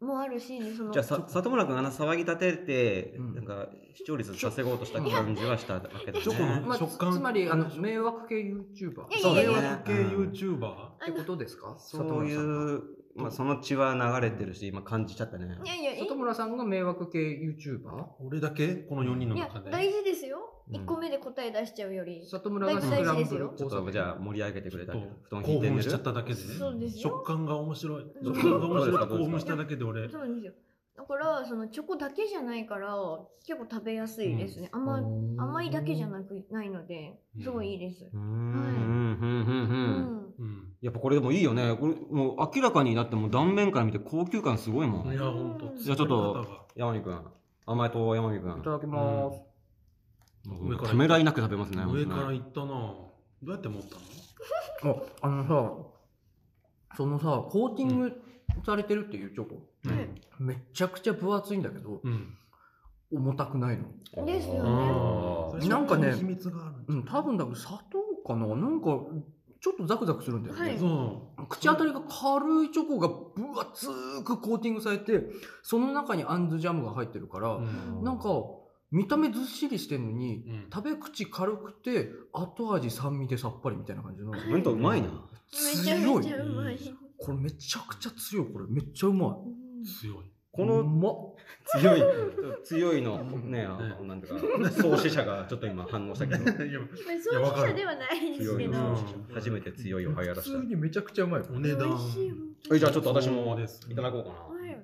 もあるし、そのじゃあさ里村君あの騒ぎ立てて、うんなんか視聴率稼ごうとした感じはしたわけだねチョコのまあ、食感つつまりあの迷惑系 YouTuber いやいやいやいや迷惑系うん YouTuber? ってことですかそうい里村さんがう、まあ、その血は流れてるし今感じちゃったねいやいや、いい里村さんが迷惑系 YouTuber? 俺だけこの4人のいや中で。大事ですよ。うん一個目で答え出しちゃうより。里村がスクランブルちょっとじゃあ盛り上げてくれちたょっけど布と団引興いて寝奮しるちゃっただけでそうね。ですよ食感が面白い。うん食感が面白い。どうですかどうですか興奮しただけで俺。そうなんですよ。だから、そのチョコだけじゃないから、結構食べやすいですね。甘い甘いだけじゃいなくないのでうん、すごいいいです。うーんはいうんうんううんうんん。うん。やっぱこれでもいいよねこれもう明らかにだってもう断面から見て高級感すごいもいんや、ほんと。じゃあちょっと作り方が。山美君甘えと山美いた君だきます、上からためらいなく食べますね上から本行ったなぁどうやって持ったのああのさそのさコーティングされてるっていうチョコ、うんめちゃくちゃ分厚いんだけどうん。重たくないの当にですよねああーなんかね秘密がある。うん多分だけど砂糖かななんかちょっとザクザクするんだよね、はいそ口当たりが軽いチョコが分厚くコーティングされてその中にあんずジャムが入ってるから、う。うんなんか見た目ずっしりしてんのに、うん食べ口軽くて後味酸味でさっぱりみたいな感じのはいー弁当うまいなめちゃ強めいちゃうまい。これめちゃくちゃ強いこれめっちゃうまいうん強い。こうのまっ強い強いのねあうなんていうか創始者がちょっと今反応した けどまあそういう人ではないです強けいど。の美うん初めて強いを流行らし普通にめちゃくちゃうまい。お値段。味しい。本当たにえじゃあちょっと私もですいただこうかなはい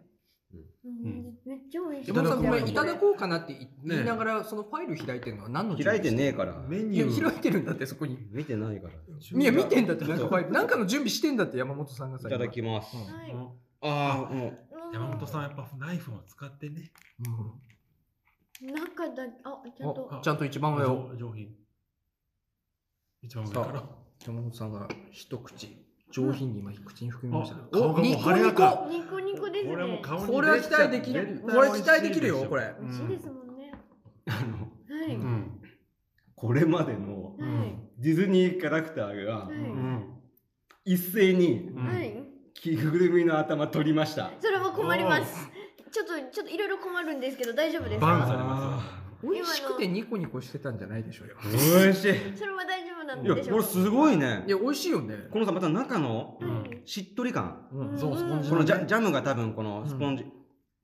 んめっちゃ美味しい。山本さんごめん、いただう。こうかなって言いながら、そのファイル開いてるのは何の開いてねえからメいニや、ュー。開いてるんだって、そこに。見てないからいや、見てんだって、なんかファイル、なんかの準備してんだって、山本さんがさ。いただきます今はいああもううん山本さんやっぱナイフを使ってね。う中だあちゃんんとあちゃんと一番上を。上上品。一番上から。山本さんが一口、上品に今、口に含みましたねあ。顔がもう晴れやかニコニコですね。これはもう顔にこれは期待できる。これは期待できるよ、こ。れ。美味しいですもんね。あのはい。うはん。これまでのい。ディズニーキャラクターがはいうん。一斉にうんはい。着ぐるみの頭取りましたそれは困ります。ちょっとちょっといろいろ困るんですけど大丈夫ですバンか？されま美味しくてニコニコしてたんじゃないでしょうよ。美味しいそれは大丈夫なんいやでしょこうれか？すごいねいや、美味しいよね。このさまた中のれはいしっとり感ううんんそうスポンジこのジャジャムが多分このスポンジ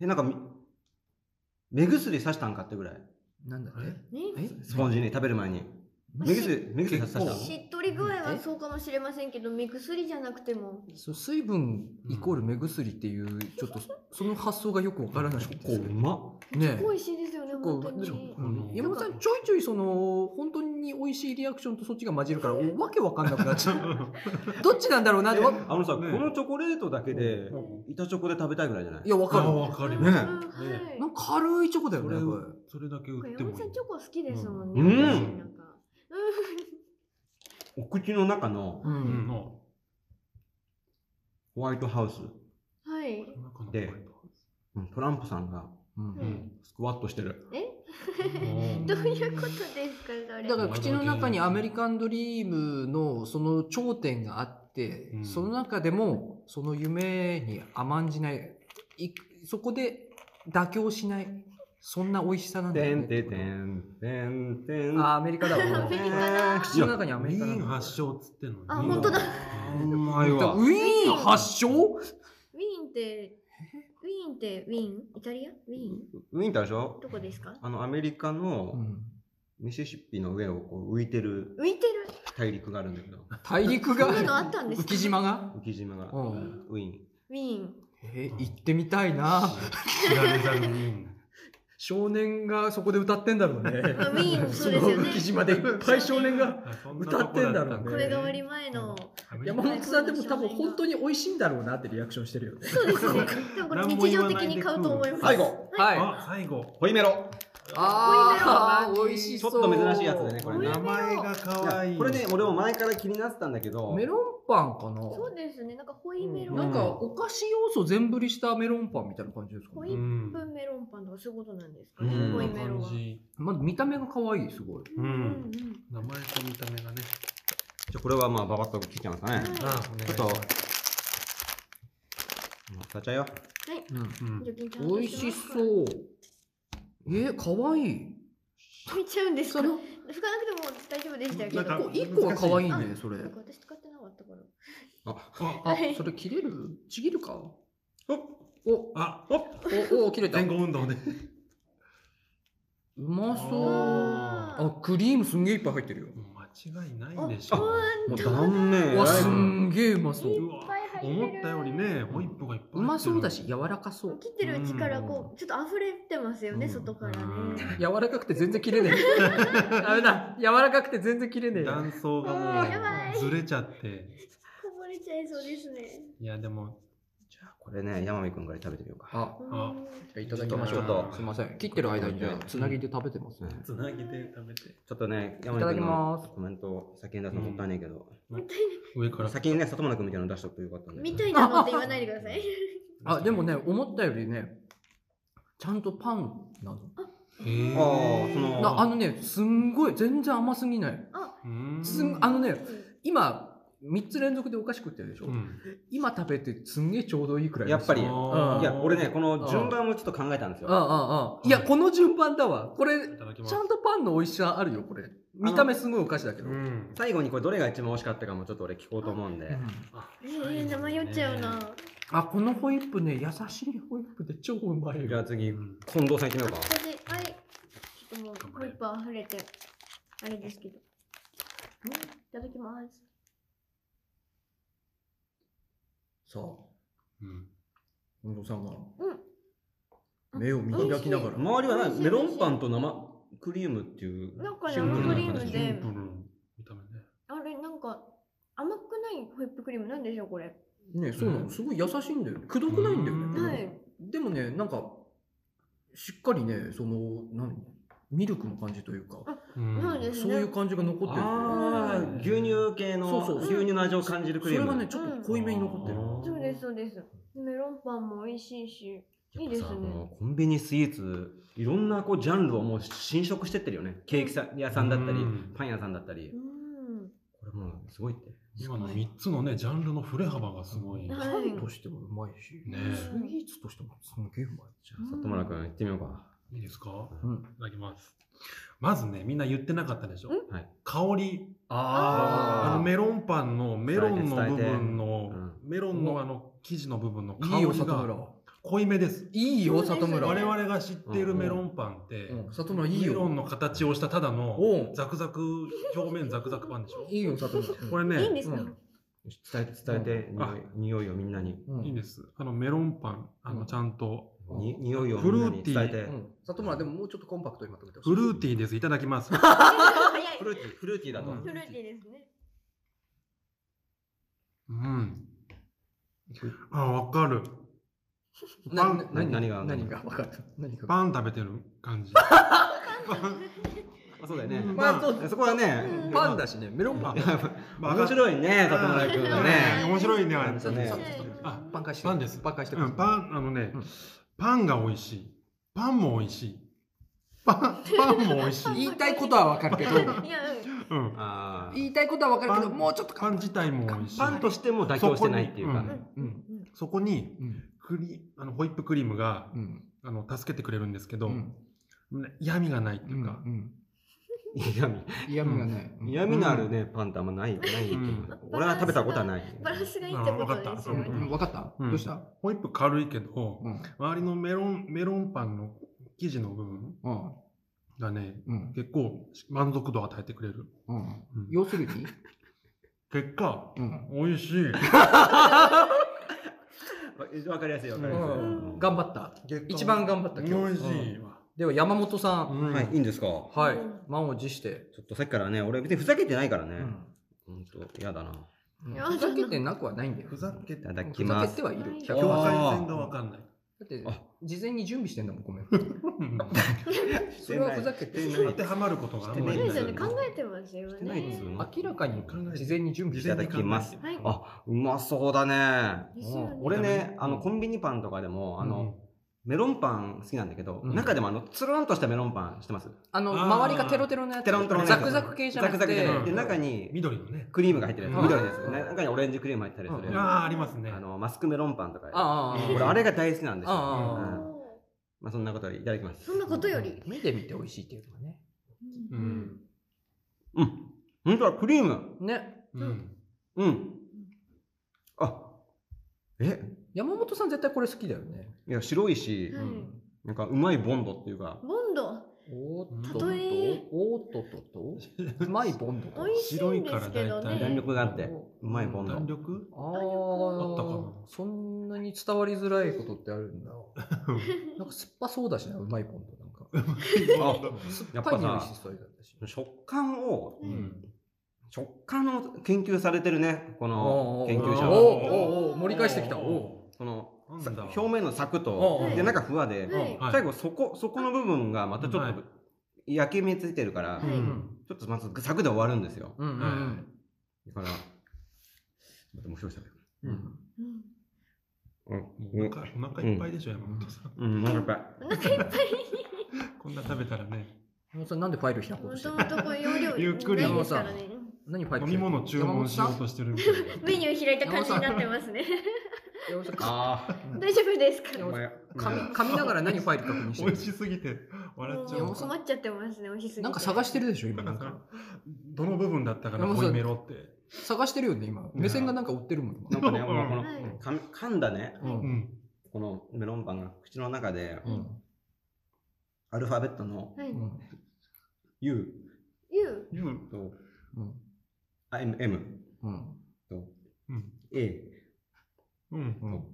えなんかみ目薬さしたんかってぐらいなんだっえて。ねえスポンジに食べる前にま目薬目薬さした結構しっとり具合はそうかもしれませんけど目薬じゃなくてもそう水分イコール目薬っていう、ちょっとその発想がよくわからないんですけこうどうまね美味しいですよねこ本当うに。うん山本さんちょいちょいその本当に美味しいリアクションとそっちが混じるからおわけわかんなくなっちゃうどっちなんだろうなってわあのさ、ねこのチョコレートだけでう板チョコで食べたいぐらいじゃないいやわす。かあるわかる。うんねはい。なんか軽いチョコだよそねれこれそれだけ売って山も本さんチョコ好きですもんね。うん私なんかお口の中のううんん。のホワイトハウスはい。中のでホワイトうんトランプさんがううんうんん。スクワットしてるうん どういうことですかそれ。だから口の中にアメリカンドリームのその頂点があって、うんその中でもその夢に甘んじないいそこで妥協しないそんな美味しさなんだてよねんてんてんてんてんあーアメリカだわアメリカだ口の中にアメウィリカーなんンだ発祥っつってんのに。あ本当だうまいわウィーン発ウ祥ィーンってウィーンってウィーンイタリアウィーンウィンターでしょどこですか？あのアメリカうのんミシシッピの上をこう浮いてる浮いてる。大陸があるんだけど大そ陸んなのあがったんですか？浮島が、浮島がううんんウィーンウィーン。えー行ってみたいな知られざるウィーン。少年がそこで歌ってんだろうねウあウィーンそうですよね浮島でいっぱい少年があそ歌ってんだろなとうねここれが終わり前の。アメリカ山本さんでも多分本当に美味しいんだろうなってリアクションしてるよねそうですね。多分これ日常的に買うと思います。最後はいあ、最後。ホイメロあ追いメロンー美味しちょそうっと珍しいやつだねこれ追いメねロ名ン前が可愛いこれね俺も前から気になってたんだけどメロンパンかなそうですねなんかホイメロン、ななんんかかお菓子要素全振りしたメロンパンみたいな感じですかホねイうんプメロンパンとかそういうことなんですかね、うんホイなメロン感は。じまず見た目が可愛いすごいうんうんうん名前と見た目がねじゃあこれはまあババッと切っちゃいますかねはいあお願いしちょまっす買っちゃうようんジョキンちゃんと美味してしますかそうえ可愛い見ちゃうんですそか拭かのなくても大丈夫でしたけなんどか。一個は可愛い難しねそれなんか私使ってなかったから。ああはいそれ切れるちぎるかおおあお切れた前う後運動ねまそうあーあクリームすんげえいっぱい入ってるよ間違いないでしあょもう本当だ断面うわ偉いすもんんげえうまそううわいっぱい入ってる思ったよりねホイップがいっぱい入ってるうまそうだし柔らかそう切ってるうちからこうちょっと溢れてますよね、うん外からね。柔らかくて全然切れねえダメだ柔らかくて全然切れねえ断層があーやばもいうずれちゃってこぼれちゃいそうですね。いやでもじゃあこれね山見君から食べてみようかああじゃあいただきましょちょうっとすいません切ってる間にじゃあつなぎで食べてますねうんつなぎで食べてちょっとねい山ただ見き君のますコメントを先に出すのもったいないけど、上から先にね里村君みたいなの出しとくとよかったんだけみどたいなのって言わないでください。あでもね思ったよりねちゃんとパンなのへーあーそのなあのねすんごい全然甘すぎないうんすんあのね今3つ連続でおかしくってるでしょ、うん今食べてすんげえちょうどいいくらいやっぱりああーいや俺ねこのあ順番もちょっと考えたんですあよあああいやこの順番だわこれいただきますちゃんとパンの美味しさあるよこれ見た目すごいお菓子だけど、うん最後にこれどれが一番美味しかったかもちょっと俺聞こうと思うんで、うんえー、名前酔っちゃうな。あこのホイップね優しいホイップで超うまいじゃあよ次近藤さん行ってみようか私、はい。ちょっともう、ホイップ溢れて、あれですけど。うんいただきます。さあうん近藤さんがうん目を見開きながら周りは美味何しいメロンパンと生クリームっていうなんかね、シン生プルなクリー形ムシでンプ、ル見た目ねあれ、なんか、甘くないホイップクリームなんでしょう、これ。ねそうなうんのすごい優しいんだよねくどくないんだよね、うんはい。でもねなんかしっかりねその何ミルクの感じというかうんそうですそうね。いう感じが残ってるあー牛乳系のそうそう牛乳の味を感じるそクリれームがねちょっと濃いめに残ってる、うんそうです、そうです。メロンパンも美味しいし。いいですねやっぱさこのコンビニスイーツいろんなこうジャンルをもう侵食してってるよねケーキさ屋さんだったり、うんパン屋さんだったりうん。これもうすごいって今の3つのねジャンルの振れ幅がすごいはパいンとしてもうまいし、ねスイーツとしてもすんげえうまいじゃうん里村君行ってみようかいいですかいん、ただきますまずねみんな言ってなかったでしょんはい香りああのあメロンパンのメロンの部分伝えのてメロンのあの生地の部分のい香いより里が村濃いめですいいよ里村そう我ですよね々が知っているメロンパンってうん、里村いいメロンよの形をしたただのうんザクザク表面ザクザクパンでしょいいよ里 村これいいんねですかうん伝え伝えてうんあ匂い匂いをみんなにうんいいんですあのメロンパンあうのんちゃんとに匂いをみんなに伝えてうん、里村でももうちょっとコンパクトにまとめてほしいフルーティーですいただきます早い。フルーティーフルーティーだと、うんフルーティーですね。うんあわかるパンな何何が何が分かった何がパン食べてる感 じあそうだよね、うんままあそうあそこはね、うんパンだしねメロンパン まあ面白いね里村君うがんね面白いねあれ本当ねそうそうそうあパン返してパンですパン返してうんパンあのね、うんパンが美味しいパンも美味しいパンパンも美味しい、言いたいことは分かる けどいや、うんうん、あー言いたいことは分かるけどパンもうちょっとパン自体も美味しいパンとしても妥協してないっていうか、そこにううんんそこにうんクリあのホイップクリームがうんあの助けてくれるんですけど、うんね闇がないっていうか、うん嫌味嫌味がない嫌味のあるね、パンってあんまない、ないっていうか、うん俺は食べたことはない。バランスがいいってことですようんうんね。分かったうんどうしたホイップ軽いけどうん周りのメロンメロンパンの生地の部分うんがねうん結構満足度を与えてくれる、うんうん要するに結果うん美味しいわかりやすい、わかりやすい。うん頑張った一番頑張った美今味日しいわ、では山本さんうんはい、いいんですか。ちはい満を持してょっとさっきからね、俺別にふざけてないからうね。ん本当嫌だな。いふざけてなくはないんだよふざけてただきふざまけす。てはいるはい100%境界線がわかんないだってあ、事前に準備してんだもん、ごめん。それはふざけてしる。 てな当いてはまることがあんそまうりですなよいね。考えてますよしてないでねす。よね明らかに事前に準備いしてたるだきますはい。あうまそうだねですよね俺ねうんあのコンビニパンとかでもあうのんメロンパン好きなんだけど、うん中でもあのつるんとしたメロンパンしてますあの、あー周りがテロテロのやつ。テロンテロのやつザクザク系じゃなくて。ザクザクじゃなくてうん中に緑のねクリームが入ってるやつ、うん緑のやつ、ね、中にオレンジクリーム入ったりするうんやああありますつ、ねあのマスクメロンパンとかああ、俺あれが大好きなんですよ、ああうんおーまあ、そんなことよりいただきますそんなことより。目で見て美味しいっていうのがね。ううんんうん本当だクリームね。うんうんあえ山本さん絶対これ好きだよね。いや白いし、はいなんかうまいボンドっていうかボンドおーっとっと、例えおーっとっとっと、うまいボンドだ。美味しいんですけど白いから大体弾ね。力があってうまいボンド弾力あーあったかなそんなに伝わりづらいことってあ るんだ。なんか酸っぱそうだしな、うまいボンドなんか。あ酸やっっぱぱい匂いさしそうだったし。食感をううんん食感を研究されてるねこのおー研お究ー者はおーおーおー盛り返してきた。おおこのーなんさだ表面のサクおとーで中ふわでははい最後そこそこの部分がまたちょはっいと焼け目ついてるからうはいんちょっとまずサクで終わるんですようんうんだからまた面白いですねうん。うんうんうんもうお腹お腹いっぱいでしょ山本さんうんなんかやっお腹いっぱい。こんな食べたらね山本さんなんでファイル開こうもとしてとるもとこう容量ゆっくりないですからね。何ファイル飲開みいてる物注文しようとしてるみたいなメニュー開いた感じになってますね。山本さんかああうん 大丈夫ですか。お前噛み噛みながら何ファイル確認して美る味しすぎて笑っちゃもうう困っちゃってますね、おひすぎなんか探ししてるでしょ今ななんんかかどの部分だったかな山本こさいんメロって探してるよね今目線がなんか追ってるもんな今んかねもうこのはい噛み噛んだねううんんこのメロンパンが口の中でうんアルファベットのはい。うん U ゆう。言うとうんあ M M うんとうん、 A うん、うん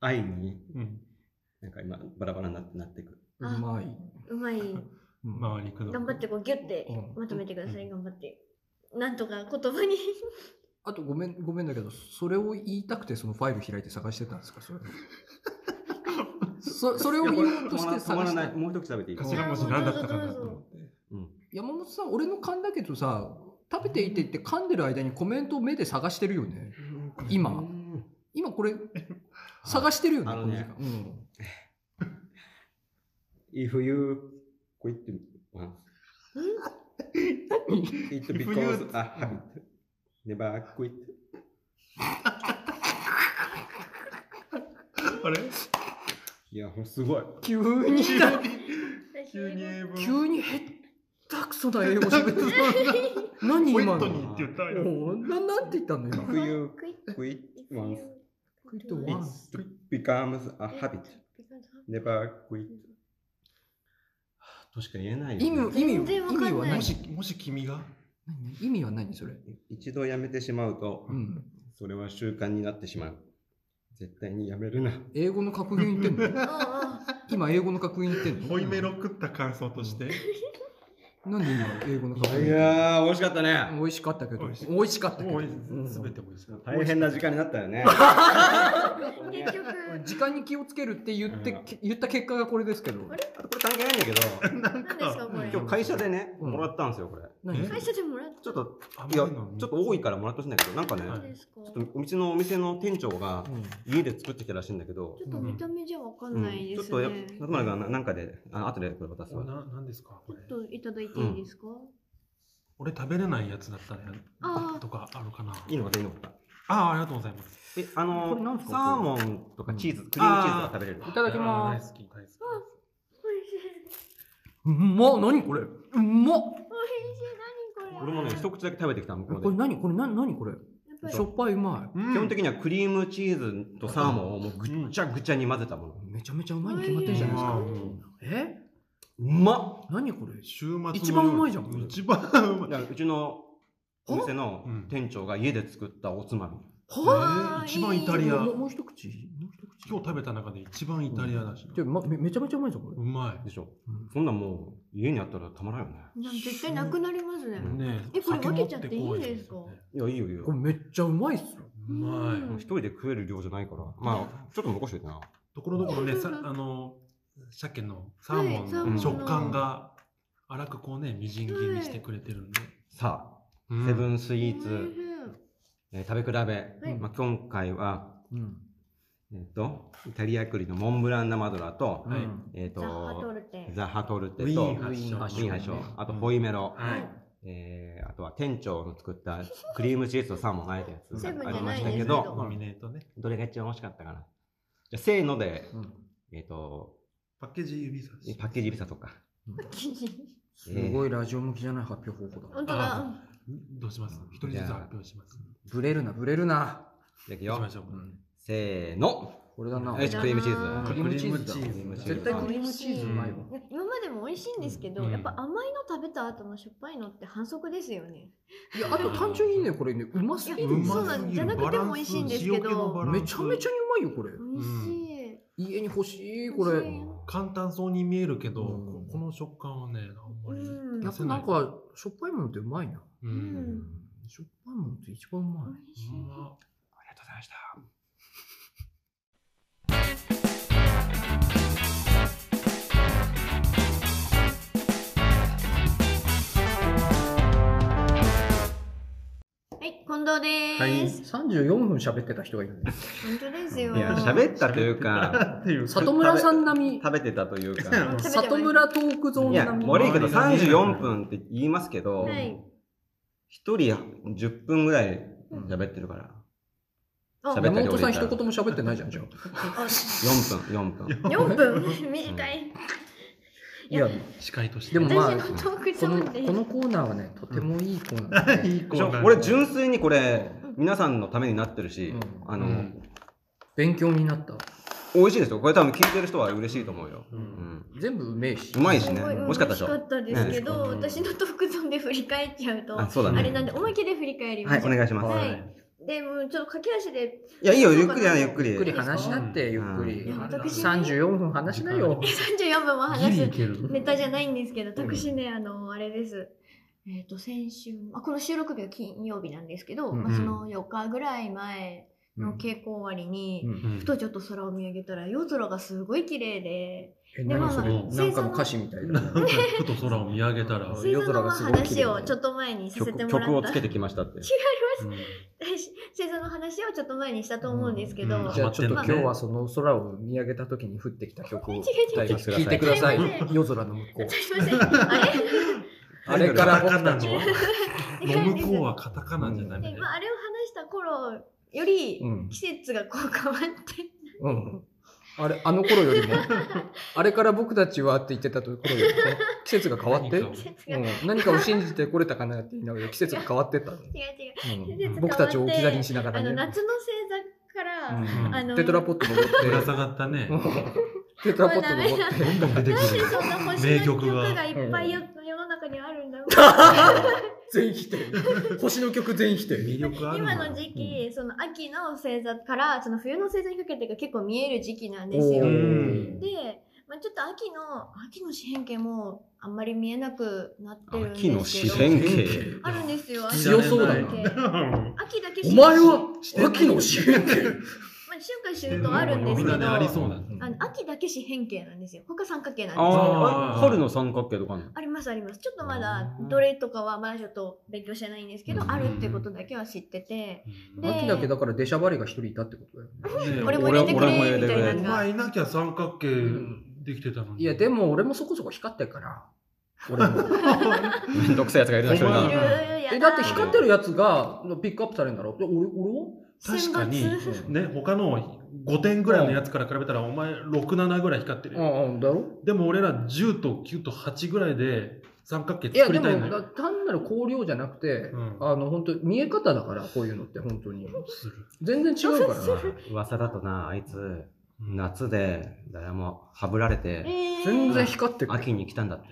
愛にうん、なんか今バラバラになってなっていく。うまい。うまい。うん回りくどく頑張ってこうギュッてうんまとめてください。頑張って。なんとか言葉に。あとごめん、ごめんだけど、それを言いたくてそのファイル開いて探してたんですかそれそそれを言おうとして止ま探らしなてい。もう一口食べていい。頭文字何だったかなと思ってうん。山本さん、俺の勘だけどさ、食べていてって噛んでる間にコメントを目で探してるよね。今、今これ、探してるよね、あこのの時ね間。うん。 If you こう言ってあ何 It If you- because あはい Never quit あれいやすごい。急に、急に英文急にへったくそな英語喋ってる。 何ポイ今ントのにって言ったよおうななんて言ったの今。 If you クイッ quit once クイッと it once becomes a habit Never quit としか言えない意味よを、ね。意味を、全意然わかんない味は何もしもし君が何意味は何それ。一度やめてしまうとうん。それは習慣になってしまう。絶対にやめるな。英語の格言言ってんのああ今英語の格言言ってんのホイメロ食った感想としてなんで今英語の格言い言ってやー、美味しかったんのね。美味しかったけど。美味しい美味しかったけもど。ううん全てもいいですよ大変な時間になったよね。結局時間に気をつけるって言って、うんけ言った結果がこれですけど。あとこれ関係ないんだけど、な何んですかかこれ今日会社でね、うんもらったんですよ、これ。何え会社でもらっちょっと、あいや、まりのにちょっと多いからもらってほしいんだけど、なんかね、たはんいですか、ちょっとお店のお店の店長がうん家で作ってきたらしいんだけどち、ょっと見た目じゃわかんないちでょっすとね、や、中村がななんかで、あ後でこれ渡すわ。ななんですかこれちょっといただいていいですか、俺食べれないやつだったらあーとかあるかないいのかいいのか。ああありがとうございますえ、あこれなんのす、かサーモンとかチーズ、クリームチーズが食べれる。いただきまあす。ー大好き大好きおいしいうんまっ、何これうんまっ。おいしい何これ俺もね、一口だけ食べてきた、向ここうで。れ何これ何何これやっぱりしょっぱいうまうん基本的にはクリームチーズとサーモンをもうぐっちゃぐちゃに混ぜたもの。い。めちゃめちゃうまいに決まってるじゃないですうか。んえうまっ何これ週末の夜一番うまいじゃんこれ一番うまいだからうちのお店の店長が家で作ったおつまみ。はあえー一番イタリアもうもう一口もう一口今日食べた中で一番イタリアだしなじゃあまめめちゃめちゃうまいぞこれう。まいでしょうんそんなんもう家にあったらたまらんよね。なんか絶対なくなりますね、うんねえこれ酒分持けちゃっていいんですかこいよいや、いいよいいよこ。れめっちゃうまいっすよ。うまい。うん一人で食える量じゃないから。まあ、ちょっと残しといてな。ところどころね、さうんうんうんあの、鮭のサはーいモンサーモンのの食感が粗くこうね、みじん切りにしてくれてるんで。さうあ、んセブンスイーおいしツ、いえー食べ比べ、はいまあ、今回は、うん。えっとイタリア栗のモンブラン生ドラと,、はいうんえっとザッハトルテザハトルテウとィーンウ発祥。ィーン発祥ねあとホイメロ、はい。えーあとは店長の作ったクリームチーズとサーモンあえたやつセブンじがあゃりまないしんたですけけどどノミネートね。どれが一番美味しかったかなじゃあせーので、うんえっとパッケージ指差し。パッケージビサとかすごいラジオ向きじゃない発表方法だ。本当だどうします一人ずつ発表します。ブレるな、ブレるな。じゃあいくどうしよましょうか。せーのこれだな。よしクリームチーズクリームチーズだクリームチーズ絶対クリームチーズうまいわ。今までも美味しいんですけど、うんやっぱ甘いの食べた後のしょっぱいのって反則ですよね。いや、あと単純にね、これね、うますぎるいんやですそうよなんじゃなくても美味しいんですけどめちゃめちゃゃにうまいよ、これ。美味しい。家に欲しい、これ。簡単そうに見えるけど、うんここの食感はね、あんまりうん出やっせぱな。ないんか、しょっぱいものってうまいな。う。うんんしょっぱいものって一番うまい。美味しい。ありがとうございましたはい、近藤です。 34分喋ってた人がいるんだよ本当ですよ。いや喋ったというか里村さん並み、食べてたという か食べてます里村トークゾーンいや並み。悪いけど34分って言いますけどはい一人10分ぐらい喋ってるからあ喋っ山たり本俺さんた一言も喋ってないじゃん、じゃあ。 4分4分 4分短い。いや、司会として。でもまあ私のトークゾこの、ーンこで。のコーナーはね、とてもいいコー ナーで、いい子ちょだ俺純粋にこれ皆さんのためになってるし、うんあの、うん勉強になった。美味しいですよこれ多分聞いてる人は嬉しいと思うよ、う。うんん、全部うめえし。うまいしすねごい美味しかったでしょ美味しかったですけど、うん私のトークゾーンで振り返っちゃうと、あそうだあねれなんで、おまけで振り返りまはいす。お願いします、、はいい。でもうちょっと駆け足で、やいいよゆっくりやゆっくりゆっくり話しなって、ゆっくりいや。私ね34分話しなよ。 34分も話ギリすいける。ネタじゃないんですけど、私ね、あの、あれです。えっ、と、先週、あ、この収録日は金曜日なんですけど、うんまあ、その4日ぐらい前うんの稽古終わりに、うんうんふとちょっと空を見上げたら夜空がすごい綺麗で、えで何それまあまあなんかの歌詞みたいな。ふと空を見上げたら、水夜産空のがすごい綺麗話をちょっと前にさせて曲もら曲っをた つけてきましたって水産の話をちょっと前にしたと思うんですけど、うんうんじゃあちょっと今日はその空を見上げた時に降ってきた曲を違う違う聞いてください違う違う違。夜空の向こう。すいません。あれ あれから僕たちは。違うの向こうはカタカナじゃないで、まあ、あれを話した頃よりうん。季節がこう変わって、うん。あれ、あの頃よりも、あれから僕たちはって言ってたところよりも、季節が変わって、何かを季節が、違う、うん何かを信じてこれたかなって言いながら季節が変わってった違の。う。うん季節変わって僕たちを置き去りにしながあらのね。夏の星座から、うんあのテトラポット登って ぶら下がったねう。ん、テトラポット登もっうダて。どんどん出てくなんでそんな星の名曲曲ががいっぱいよ世の中にあるんだろう 全否定。星の曲全 否る。魅。力あるな。今の時期、その秋の星座からその冬の星座にかけてが結構見える時期なんですよ。おで、ーまあ、ちょっと秋の秋の四辺形もあんまり見えなくなってるんですけ秋どの四辺形あるんですよ秋強そうだな四辺形秋だけお前はてない秋の四辺形まあ、春夏秋冬あるんですけどみんなねありそうな。あの秋だけ四辺形なんですよ他三角形なんですけどああああ春の三角形とかあるのりますありますちょっとまだどれとかはまだちょっと勉強してないんですけど、うんあるってことだけは知ってて、で秋だけだから出しゃばりが一人いたってことだよね。ね俺も入れてく俺もれ入れみてくたれいなのおが前いなきゃ三角形できてたのに。いや、でも俺もそこそこ光ってるから。俺も。 めんどくさいやつがいるな一人おい 前なるやえ、だって光ってるやつがピックアップされるんだろいや俺、俺は確かに選抜ね、他の5点ぐらいのやつから比べたら、お前6、7ぐらい光ってるよ。うんうん、だろでも俺ら10と9と8ぐらいで三角形いや、作でりたいも、のだよ。単なる光量じゃなくて、うんあの、本当見え方だから、こういうのって、本当に。する全然違うからな。噂だとなあいつ夏で誰もはぶられえてー全然光ってくる。秋に来たんだって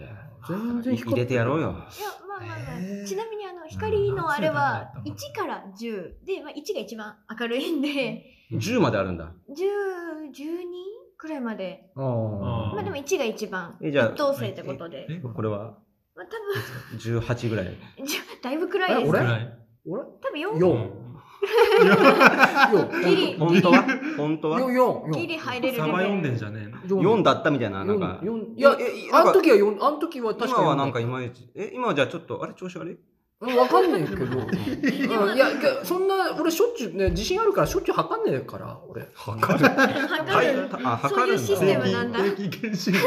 全然光ってくる入れてやろうよいや、まあまあまあ、えーちなみにあの光のあれはうん1から10で、まあ、1が一番明るいんで、 10まであるんだ10、12くらいまで、ああ。まあでも1が一番え一じゃあ等星ってことで、えこれはまあ多18ぐらい分だいぶ暗いです。えぐ俺らい。俺多分4うよんギリ本当は本当はよ、よ、ギよ。リ入れるサレバベ読んでんルじゃねえの4だったみたいな、なんか。四四いや、えあのなんか時は四、あの時は確か今に。はなんかいまいち。え、今はじゃあちょっと、あれ調子悪いうんわかんないけど。うんいや、いやそんな、俺しょっちゅうね、自信あるからしょっちゅう測んねえから、俺。測る。測るあ、そう測るんだ。いうシステムなんだ定期検診が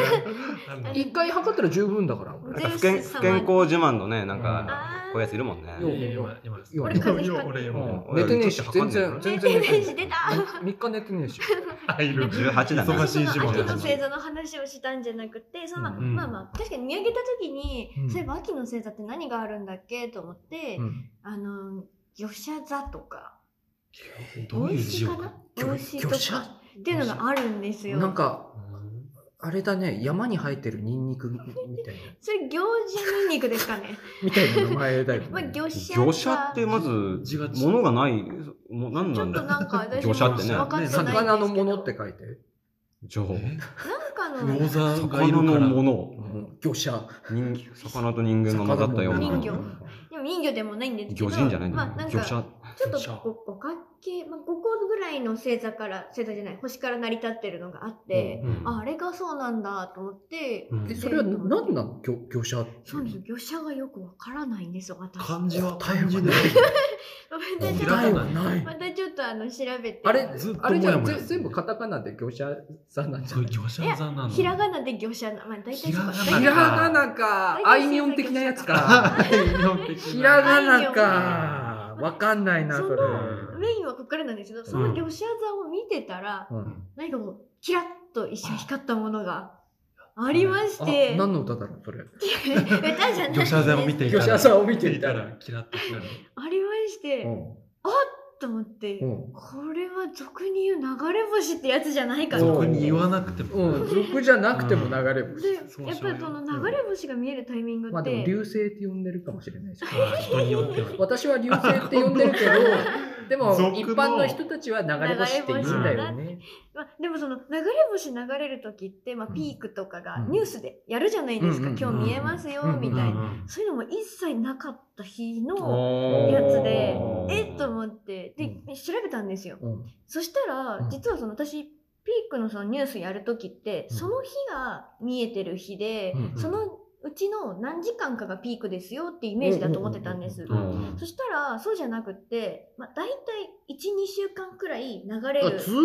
なんだ一回測ったら十分だから、俺。なんか不健不健康自慢のね、なんか、あこーういうやついるもんね。よいや今今ですよ俺風よ邪俺ひよう俺んようん寝てねえし俺、全ちょ然っ、と全然寝てねえし。寝てねえし出た3日寝てねえし。あいる18だな忙しいそ時のも秋のせい星座の話をしたんじゃなくてその、うんうんまあまあ確かに見上げた時に、うんそういえば秋の星座って何があるんだっけと思って、うんあのよしゃ座とかどういう字を動書詞かな動詞とく魚車かっていうのがあるんですよ。なんか、うんあれだね、山に生えてるニンニクみたい な。それ行事ニンニクですかね。みたいな名前だよまあね。魚車魚車ってまず、字が違う物がない、もう何ちなょんっとだなんか私魚車ってね分かってないんですけど魚のものって書いて。情報。なんかの魚座がい魚るかのらもの。うん魚者。人魚と人間が混ざったような。魚人魚魚でも人魚でもないんですけど人じゃないんだまあ、なん魚車か。ちょっとこう五角形、まあ、5個ぐらいの星座から星座じゃない星から成り立ってるのがあって、うんああれがそうなんだと思って、うんえ、それは何なの魚魚者って。そうなんですよ魚者がよくわからないんですよ私漢 字は答え漢は字でないまたちょ答えっとはないまたちょっとあの調べてあれずっと、あれじゃもやもやぜ全部カタカナで魚者さんなんじゃすごないい魚者座なのひらがなで魚者なまあ大体そうかひひらがな大体そういうか、あいみょん的なやつか。あ日本的なひらがなか。わかんないな、それ。そうメインはここからなんですけどその魚者座を見てたら、うん何かもうキラッと一瞬光ったものがありましあて、何の歌だろう、それ。歌じゃない魚者座を見ていた魚ら者さんを見て見ていいたたらら。キラッと光るありまして、うんと思って、うんこれは俗に言う流れ星ってやつじゃないかそと。う特に言わなくてもうん、俗じゃなくても流れ星。で、そうやっぱりその流れ星が見えるタイミングまあっでもて、流星って呼んでるかもしれないし。あー人によっては私は流星って呼んでるけど、でも俗の一般の人たちは流れ星って言うんだよね。まあ、でもその流れ星流れる時って、まあ、うんピークとかがうんニュースでやるじゃないですか、うんうん今日見えますよ、うんみうたいな、んそういうのも一切なかった日の、のやつでえっとう思ってで、う調べたんですようんそしたら、うん実はその私ピークのそのニュースやる時って、うんその日が見えてる日で、うんそのうちの何時間かがピークですよってイメージだと思ってたんです。うんうんうんそしたら、そうじゃなくって、まあ、大体1、2週間くらい流れだかるら、ずー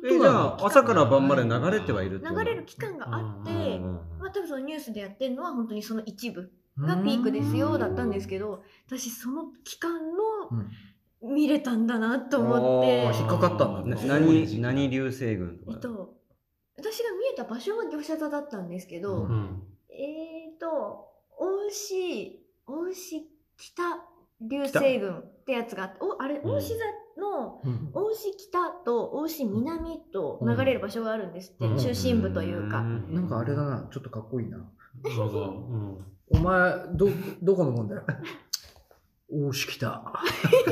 っとえじゃあ朝から晩まで流れてはいるってこと流れる期間があって、うんうんまあ、多分そのニュースでやってるのは本当にその一部がピークですよだったんですけど、私その期間のうん見れたんだなと思っあて、ー引っかかったんだなね。何何流星群えっとかと、私が見えた場所は魚舎座だったんですけど、うんうんえーと、大牛、大牛北流星群ってやつがあって、おあれ、うん大牛座の、うん大牛北と大牛南と流れる場所があるんですって、うん中心部というか。んなんかあれだな、ちょっとかっこいいな。そうそううんお前、ど、どこのもんだよ。大しきた。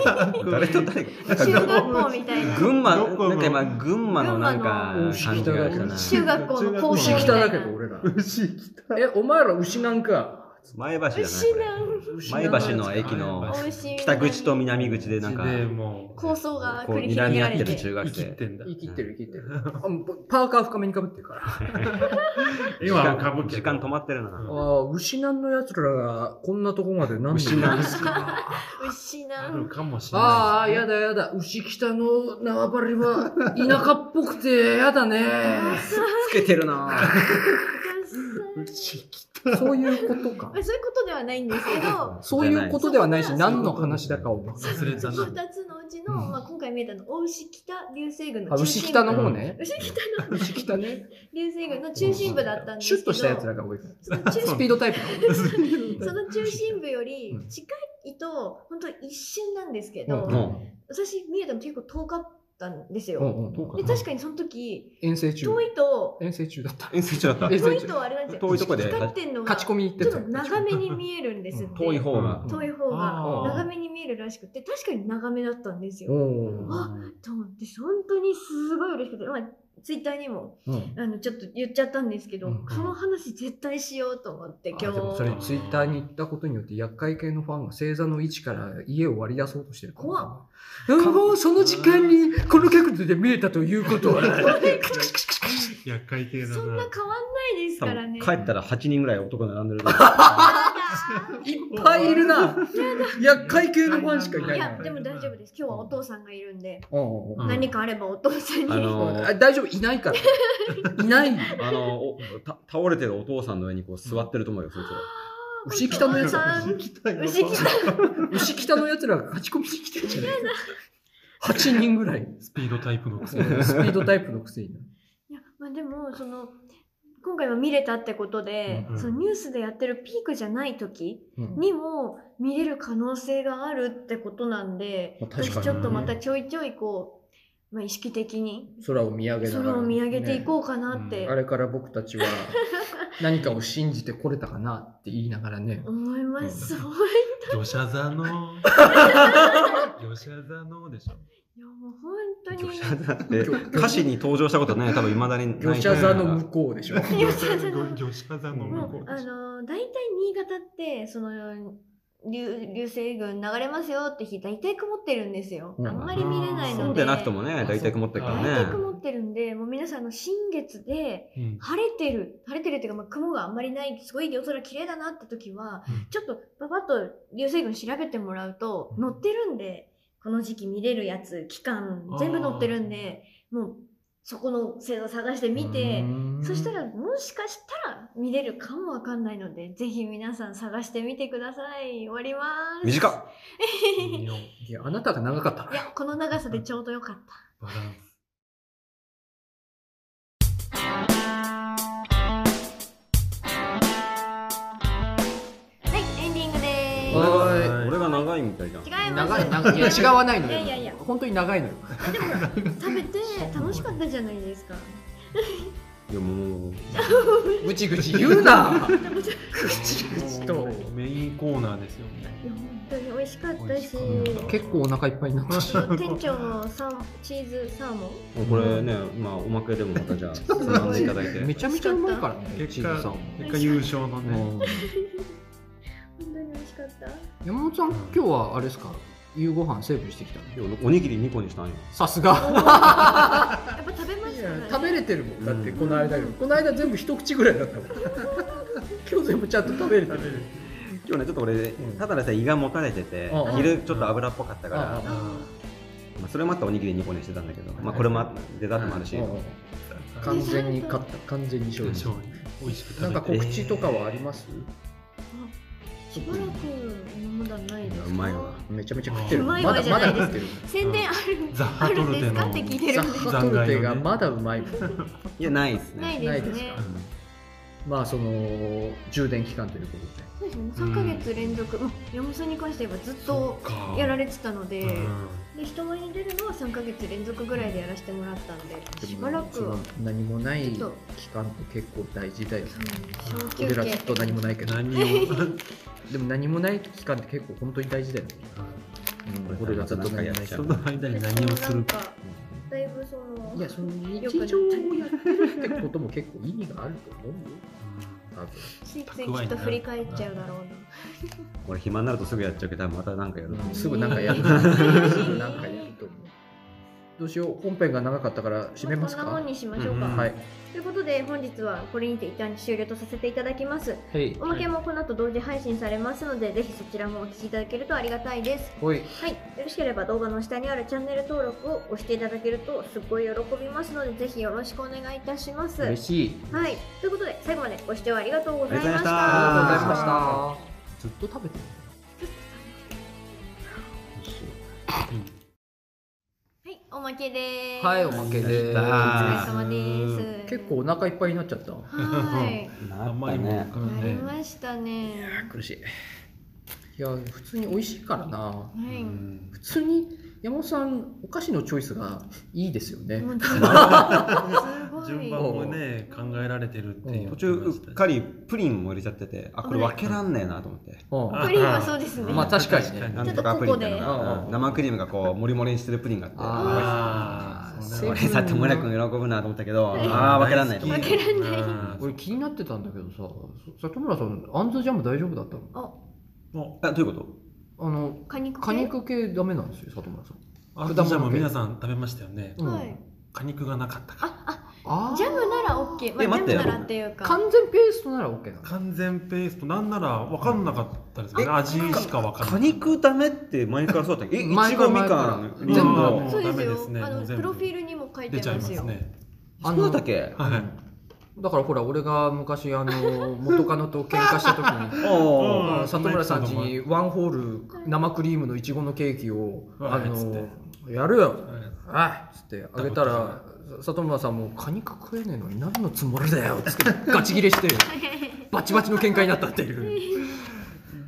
誰と誰が中学校みたいな。群馬どこのなんか今群馬のなんか群馬の感じがあったな中学校の校舎牛みきたたいな。だけど、俺ら。え、お前ら牛なんか。前橋じゃ牛なないん牛前なんか橋の駅の大 牛北口と南口でなんかでも構想がこう繰り広睨げみら合っれててる中生学き生てんだ生きてる生きてる。あもうパーカー深めにかぶってるから。あ今は歌舞伎時間止まってるうなあ、牛なんの奴らがこんなとこまで何牛なん牛あなるんかもしれな いああ、やだやだ。牛北の縄張りは田舎っぽくてやだね。つけてるな牛 そういうことかま。あそういうことではないんですけど、そういうことではないし、何の話だかを。忘れたそのな2つのうちの、まあ、今回見えたの大牛北流星群あの中牛心北部の方ね。牛 北の牛北ね。流星群の中心部だったんですけシどュッとしたやつらが多いから。その中スピードタイプ だ。その中心部よりうん近いと本当に一瞬なんですけうんど、うん私見えたの結構遠かったんですうよ、んうんで確かにその時遠征中遠。いと遠征中だった。遠征中だっ遠遠征い中。とあれなんですよ遠いとこで光ってんのが勝ちち込ょみ行ってっと長めに見えるんですって、うん遠い方が遠い方があー長めに見えるらしくて確かに長めだったんですよ、おお。と思って本当にすごい嬉しくて、まあ、ツイッターにもうんあのちょっと言っちゃったんですけど、うんその話絶対しようと思って今日あでもそれツイッターに行ったことによって厄介系のファンが星座の位置から家を割り出そうとしてるかも怖うんもうその時間にこの角度で見えたということは厄介系だな。そんな変わんないです多から分ね帰ったら8人ぐらい男並んでる。いっぱいいるな厄介系のファンしかいないいなやでも大丈夫です今日はお父さんがいるんで、うんうんうんん何かあればお父さんに、あ のあ大丈夫いないからいないあのおた倒れてるお父さんの上にこう座ってると思うよ、そいつら。牛北のやつあー牛来た牛北のやつらが勝ち込みに来てんじゃない8人ぐらいスピードタイプのくスせピに。ードタイプのくせにないや、まあ、でもその今回は見れたってことで、うんそのニュースでやってるピークじゃない時うんにも見れる可能性があるってことなんで、まあ確かにね私ちょっとまたちょいちょいこう、まあ、意識的に空を見上げながら空を見上げていこうかなっねてあれから僕た ちは何かを信じてこれたかなって言いながらね。思います。そう魚者座の。魚者座のでしょ。いやもう本当に。魚者座って歌詞に登場したことね、多分いまだに魚ないと思うか者座ら。の向こうでしょ。魚者座の魚者座のも向こううあでしょ。のー大体新潟ってその流流星群流れますよって日大体曇ってるんですよ、うんあんまり見れないのでそうでなくともね、大体曇ってるか大ら体ね。曇ってるんでもう皆さんあの新月でうん晴れてる晴れてるっていうか、まあ、雲があんまりないすごい夜空綺麗だなって時は、うんちょっとパパッと流星群調べてもらうと載ってるんでこの時期見れるやつ期間全部載ってるんでもうそこの星座探して 見て。そしたらもしかしたら見れるかもわかんないのでぜひ皆さん探してみてください終わります短っい日本いやあなたが長かったな。やこの長さでちょうどよかったバランス。はいエンディングでおーい俺が長いみたいじゃん。す違います長い長いいや違わないのいやいやいやよ。本当に長 いのよ。食べて楽しかったじゃないですかでももう、ぐちぐち言うな。ぐちちぐちと。メインコーナーですよね。いや本当に美味しかったし結構お腹いっぱいになったし。店長のサーモンチーズサーモンこれね、まあおまけでもまたじゃ あ、ごいつまんでいただいて。めちゃめちゃうまいからね。結チーズさん果も。、結果優勝のね。うん本当に美味しかった山本さん今日はあれですか。夕ご飯セーブしてきたの。おにぎり2個にしたんよ。さすが。やっぱ食べまいしやたね食べれてるもんだってうんこの間より、この間全部一口ぐらいだったもん今日全部ちゃんと食べれてる今日ね、ちょっと俺、ただでさえ胃がもたれててうんうん、昼ちょっと油っぽかったから、うんうんあまあ、それもあっておにぎり2個にしてたんだけど、まあ、これもあってデザートもあるし、うん完完全に勝った完全に勝利し勝た利。美味しく食べなて。んか告知とかはあります、ーしばらくまだないですかうまいわめちゃめちゃ食ってるうままいだわまだじゃない食ってる宣伝ある、ザハあトるんルでテすのかって聞いてザるんでッハトルテがまだうまいいやないですなねいですねないですかまあその充電期間ということでそうですね3ヶ月連続、まあ山本さんに関して言えばずっとやられてたので,、で人前に出るのは3ヶ月連続ぐらいでやらせてもらったんでしばらそくはの何もないちょっ期間って結構大事だよねそう小休俺らずっと何も憩ないけど何を。 でも何もない期間って結構本当に大事だよねうん俺らずっと何もない期そ間の間に何をするか。なんだいぶそのいや、その日よくなっちゃ常うをやってるってことも結構意味があると思うよ、多分。ついついきっと振り返っちゃうだろう俺暇になるとすぐやっちゃうけど多分また何かやる、んすぐなんかやる。すぐなんかやると思う。どうしよう、本編が長かったからな締めますこんか。なもんにしましょうか、うんはい。ということで本日はこれにて一旦終了とさせていただきますはいお。まけもこの後同時配信されますのでぜひそちらもお聞きいただけるとありがたいですほい。はい、よろしければ動画の下にあるチャンネル登録を押していただけるとすっごい喜びますのでぜひよろしくお願いいたします。は嬉しい。い、ということで最後までご視聴ありがとうございましありがとうたございました。ずっと食べてる。はい、おまけでーす。はい、おおまけであす。疲れ様です。結構お腹いっぱいになっちゃった。うはい、なあんまったりねもんなりましたね。苦しい。いや、普通に美味しいからな。はい、普通に山本さん、お菓子のチョイスがいいですよね。もうすごい。順番もね考えられてるっていう途中うっかりプリンも入れちゃっててあこれ分けらんねえなと思ってうんプリンはそうですね。まあ確かにねなんとかプリンみたいなのちょっとここがでうん生クリームがこうモリモリにしてるプリンがあってあーセブン俺さ、友也くん喜ぶなと思ったけど、はいああ、わけらんないと思大わっ好たきけらんないうん俺気になってたんだけどさ里村さんあんずジャム大丈夫だったのあ、あ、どういうことあの果肉系果肉系ダメなんですよ里村さんあとじゃあもう皆さん食べましたよね。うんはい。果肉がなかったから。あ、ああ、ージャムならオッケー。まあ、えジ待ャってムならっていうか。完全ペーストなら OK なの完全ペースト、なんなら分かんなかったですね。味しか分かんな果い。肉ダメって前からそうだったっけえ、いち前かごらみ前かからん、全りん部ご。もそううでダすメでよすね。あもうの全プ部ロフィールにも書い出てちゃいまますすよ。ね。あそのうだったっけはい。だからほら俺が昔あ の元カノと喧嘩した時におうんあの里村さん家にワンホール生クリームのいちごのケーキをうんあうんつってのやるよはいあっつってあげたら里村さんも「カニか食えねえのに何のつもりだよ」つってガチギレしてバチバチの喧嘩になったっていう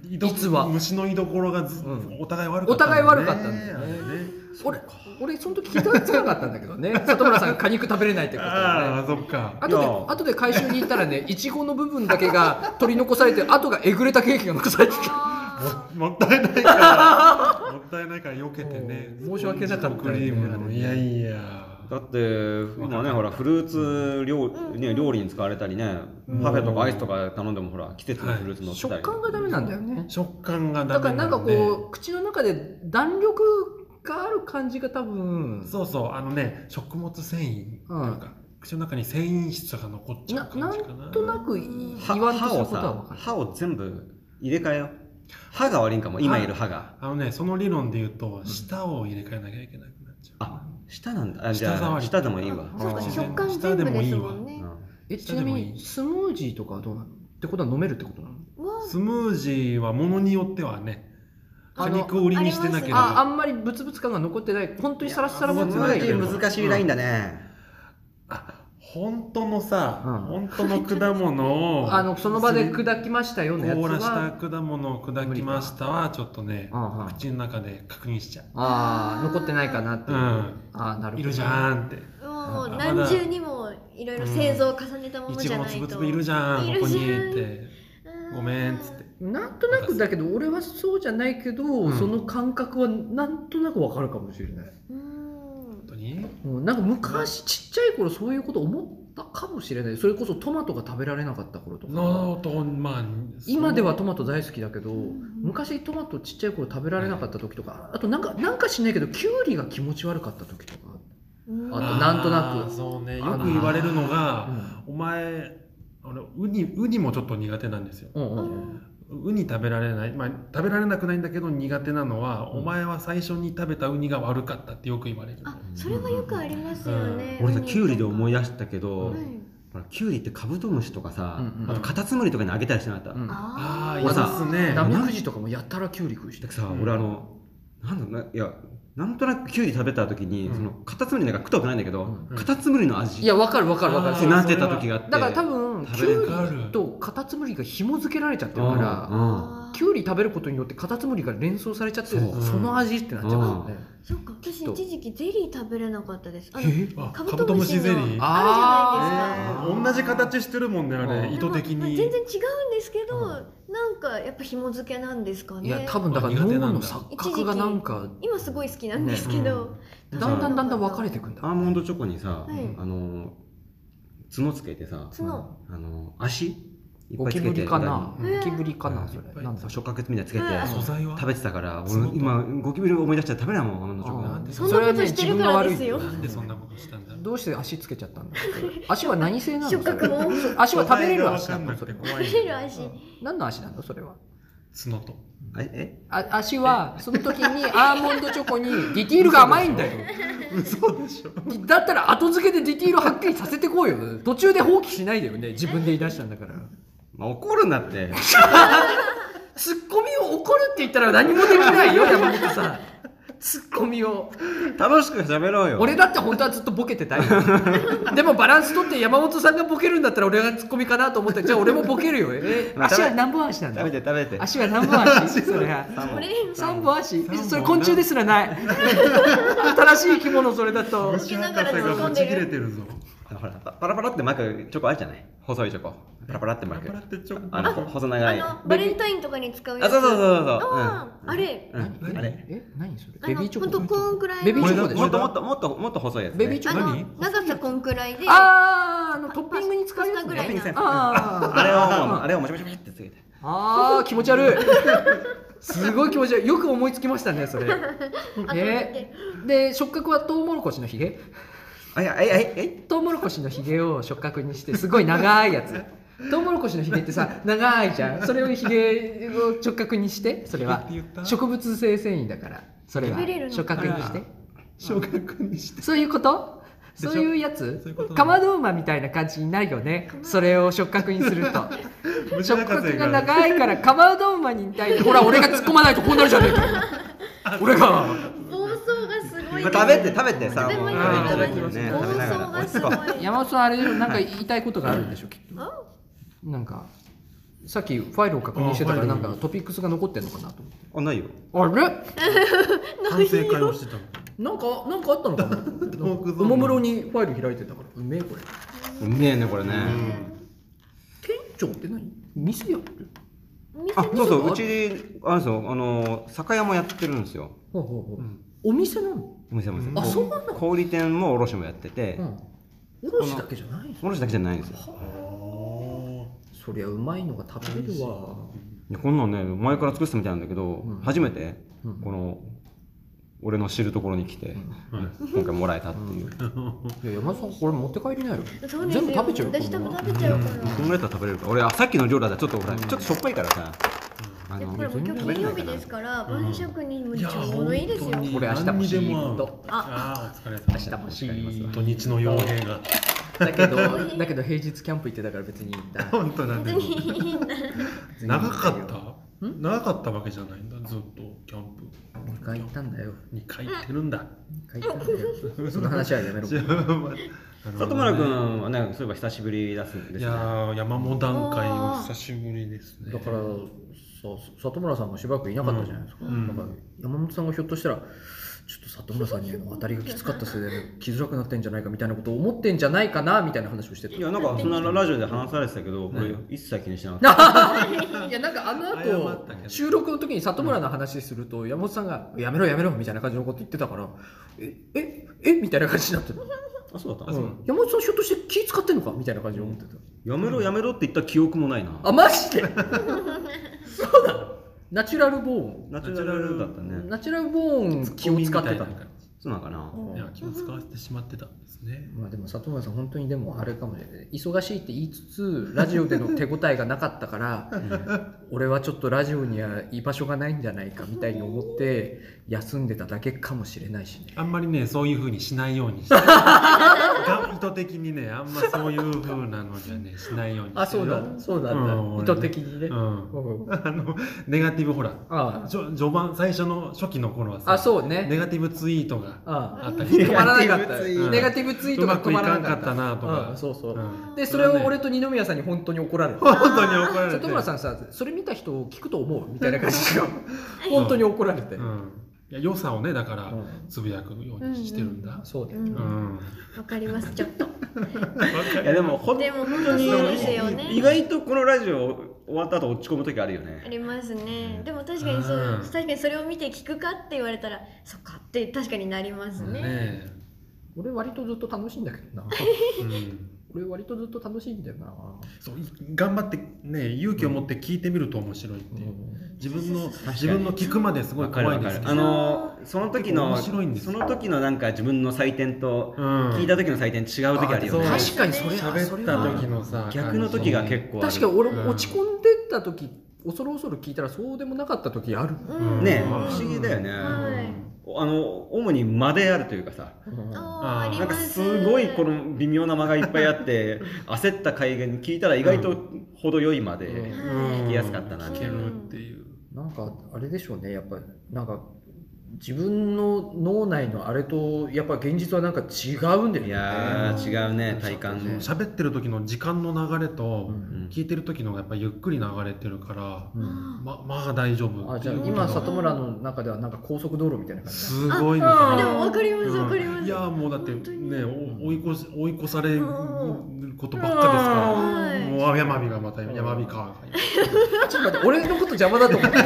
実は虫の居所がず、うんお互い悪お互い悪かったんだよねあれね俺俺その時気がつかなかったんだけどね里村さん果肉食べれないってことだよねああそっかあといでや後で回収に行ったらねいちごの部分だけが取り残されて後がえぐれたケーキが残されててあもったいないからもったいないから避けてねもう申し訳なかったよねクリームのいやいやだって今ねほらフルーツ料,、ね、料理に使われたりねパフェとかアイスとか頼んでもほら季節のフルーツ乗ってた食り、感がダメなんだよね食感がだダメからなんかのこでう口の中で弾力がある感じが多分そうそうあのね食物繊維、うんなんか口の中に繊維質が残っちゃう感じかななんとなくい歯言わんとす歯るをことは分さかる歯を全部入れ替えよう歯が悪いんかも今いる歯があのねその理論で言うと舌を入れ替えなきゃいけなくなっちゃうあ舌なんだあじゃ舌触あり舌でもいいわ、ーそうか、あー食感全部ですもんうね。んえちなみにスムージーとかはどうなのってことは飲めるってことなのわスムージーはものによってはねあ果の肉を売りにしてなけれああばんまりブツブツ感が残ってない本当にサラッサラいや持つースムなーいジー難しいラインだね、あ本当のさ、う本当の果物 をあのその場で砕きましたよのやつ凍らしたは果物を砕きましたはちょっとねうんうん口の中で確認しちゃうああ残ってないかなっていう、うんああなるほどいるじゃんってもうあ何重にもいろいろ製造を重ねたもいのじちごゃのなついぶと。つぶいるじゃんいここるじにゃんってうごめんっつってなんとなくだけど俺はそうじゃないけど、んその感覚はなんとなくわかるかもしれない、うん本当にうん、なんか昔ちっちゃい頃そういうこと思ったかもしれないそれこそトマトが食べられなかった頃とかのとまあ今ではトマト大好きだけどん昔トマトちっちゃい頃食べられなかった時とかあとなんかなんかしないけどキュウリが気持ち悪かった時とか、うんあとなんとなくあーそうねよく言われるのうがんお前あのウニウニもちょっと苦手なんですようんううんうんんウニ食べられない、まあ、食べられなくないんだけど苦手なのは、うんお前は最初に食べたウニが悪かったってよく言われるあ、それはよくありますよね。俺さキュウリで思い出出したけど、ほらキュウリってカブトムシとかさ、うんうんあとカタツムリとかにあげたりしてなかった、うんああああい俺さますねダメくじとかもやったらキュウリ食うしだけどさ、俺あのなんだろうないやなんとなくキュウリ食べた時に、うんそのカタツムリなんか食ったことないんだけど、うんカタツムリの味いやわかるわかるわかあるーってなってた時があってだから多分食キべれなかュウリとカタツムリが紐付けられちゃってるかららーキュウリ食べることによってカタツムリが連想されちゃっそてうその味ってなっちゃうんだよねそっか、私と一時期ゼリー食べれなかったです。あのえあカカブトムシのブトムシゼリーあるじゃないですか。えー同じ形してるもんねあうれん意図的まあに全然違うんですけど、うんなんかやっぱ紐付けなんですかいねや多分だから脳の錯覚がなんか今すごい好きなんですけど、だんだんだんだん分かれてくんだアーモンドチョコにさ、はいあの角つけてさ角あの足いっゴぱいキつブけてリかなうんゴキブリかなそうんれなんだ触覚みたいなつけてはい素材は食べてたから俺角と今ゴキブリ思い出しちゃ食べないもんアーモンドチョコああーそんれなはことねして自る分かがら悪でいすよなんでそんなことしたんだろうどうして足つけちゃったんだ 足は何製なの触覚も触足は食べれる足素材なが分かんなのくそてれは怖いれる足何の足なのそれは角とえあ足はその時にアーモンドチョコにディティールが甘いんだよ嘘でしょだったら後付けでディティールはっきりさせてこうよ途中で放棄しないでよね自分で言い出したんだからえ、まあ、怒るんだって ツッコミを怒るって言ったら何もできないよ山本さんツッコミを楽しく喋ろうよ俺だって本当はずっとボケてたいよ でもバランス取って山本さんがボケるんだったら俺がツッコミかなと思ってじゃあ俺もボケるよえまあ足は何本足なんだ食べて食べて足は何本 足それこれ3本足本それ昆虫 ですらない新しい生き物それだと虫博士がぶち切れてるぞらほらパパラパラって巻くチョコあるじゃない細いチョコパラパラって巻パくラってチョコあのほ細長あいのバレンタインとかに使うあそうそうそううそうそうあ,、うんあれうん何あれえ何それあベのビーチョコほんとこんくらいのベビーチョコでしもこっれょともっともっともっと細いやつ、ね、ベビーチョあコの何長さこんくらいであーあのトッピングに使うやパスつタぐらいなあーあれを、うんあれをもちもちもちってつけて。あー気持ち悪いすごい気持ち悪いよく思いつきましたね それあとえで触覚はトウモロコシのひげあ、いや、え、え、え、トウモロコシのひげを触覚にしてすごい長いやつトウモロコシのひげってさ長いじゃんそれをひげを触覚にしてそれはって言った植物性繊維だからそれは食べれるの触覚にして小学にしてそういうことでしそょういうやつそういうことなのかまど馬みたいな感じになるよねそれを触覚にすると虫触博士覚がが長いからかまど馬に対してほら俺が突っ込まないとこうなるじゃねえか俺が暴走がすごいまあ、食べて、食べてさ、食べもう、物いた食べだ物きね、暴食べながら。走がすご落ち着こい山本さんあれでしょなんか言いたいことがあるんでしょきっとあなんかさっきファイルを確認してたかあらファなイんルかトピックスが残ってんのかなと思うあ、ないよ。ってあれ反省会をしてたのなんかなんかあったのかなと思ってトークゾーンおもむろにファイル開いてたからうめえこれうめえね、これね。店長って何店やってるあ、そうそう、あうち、あれですよ、あの、酒屋もやってるんですよ。ほうほうほううんお店なのお店もですうよんあこそうなの小売店も卸もやってて、うんおろしだけじゃないの卸だけじゃないんですよ。そりゃうまいのが食べれるわいやこんなんね、前から作ってたみたいなんだけどうん、初めてうん、この、俺の知るところに来て、今回もらえたっていう。いや山本さんこれ持って帰りなよそうですよ全部食べちゃうよ私多こん分なの食べちゃうから、このやつは食べれるか俺、あさっきの量だったらちょっとほら、ちょっとしょっぱいからさ。あでのこれも今日金曜日ですから、晩酌にもいちやょうどいいですよ。本当にこれ明日も何にでシーもン合うとああお疲れ様明日もしかりますわ土日の傭兵がだけど だけど平日キャンプ行ってたから別にいいんだ本当なん本当でにいいんだ。長かっうたん長かったわけじゃないんだずっとキャンプ2回行ったんだよ2回行ってるんだ2回行ったんだよその話はやめ ろ里村君はね、そういえば久しぶりだすんでいすやね。ー山本段階お久しぶりですねだからそう里村さんがしばらくいなかったじゃないですか、うんだから山本さんがひょっとしたらちょっと里村さんに当たりがきつかったせいで来づらくなってんじゃないかみたいなことを思ってんじゃないかなみたいな話をしてたいや、なんか、そんなラジオで話されてたけど、これ、一切気にしてなかった。いやなんかあの謝っ後たけど収録の時に里村の話すると山本さんが「やめろやめろ」みたいな感じのこと言ってたから「えええみたいな感じになってる、あ、そうだったのうん山本さんひょっとして気使ってんのかみたいな感じに思ってた、やめろやめろって言った記憶もないな。あマジで そうだナチュラルボーンナチュラルだったね。ナチュラルボーン気を使ってたいなそうなのかな。いや気を使わせてしまってたんですねまあでも里村さん本当にでもあれかもしれない忙しいって言いつつラジオでの手応えがなかったから俺はちょっとラジオには居場所がないんじゃないかみたいに思って休んでただけかもしれないしねあんまりねそういう風にしないようにしてが意図的にねあんまそういう風なのにはねしないようにしてるあそうだそうだ、うん意図的にね、うんうんあのネガティブほらあじょ序盤最初の初期の頃はあさあそうネねガティブツイートがああったりあ止まらなかっネガティブたツイートネガティブツイートが止まらなかったうまくいかんかったなとかうんそうそう、うんでそれを俺と二宮さんに本当に怒られた本当に怒られて里村さんさそれ見た人を聞くと思うみたいな感じで本当に怒られて、うん、いや良さをねだからうんつぶやくようにしてるんだ、そうだうよ、んうんわかります、ちょっと。いや、でも、本でも本当そうですよね。意外とこのラジオ終わった後落ち込む時あるよあね。りますね。でも確かにそう、うん確かにそれを見て聞くかって言われたら、そっかって確かになりますねね。え、俺割とずっと楽しいんだけ どなうん、俺割とずっと楽しいんだよな、そうい頑張ってね勇気を持って聞いてみると面白いっていう、自分のかに自分の聞くまですごいわかる怖いわでかるすけ。どあの、その時の、面白いんですそよの時のなんか自分の採点と、うん聞いた時の採点違う時あるよね。あ確かそ確かにそれそ喋れったは時のさ逆の時が結構ある。確か俺うんも落ち込んでった時恐る恐る聞いたらそうでもなかった時ある、うん。ねえ、う不ん思議だよね。はい。あの、主に間であるというかさ。あーありーなんまかす。すごいこの微妙な間がいっぱいあ って焦った回に聞いたら意外と程よいまで、はういん聞きやすかったな聞けるっていう、なんかあれでしょうねやっぱなんか自分の脳内のあれとやっぱ現実はなんか違うんだよいねやー違うね体感そうそ喋ってる時の時間の流れとうん聞いてる時のがやっぱりゆっくり流れてるからうんままあ大丈夫あってじゃいあうこと今が里村の中ではなんか高速道路みたいな感 じすごいのあかでなも分かります分かります、いやーもうだって本当にねお追い越し追い越されることばっうんかですからはいもう山火がまた山火かだちょっと待って俺のこと邪魔だと思って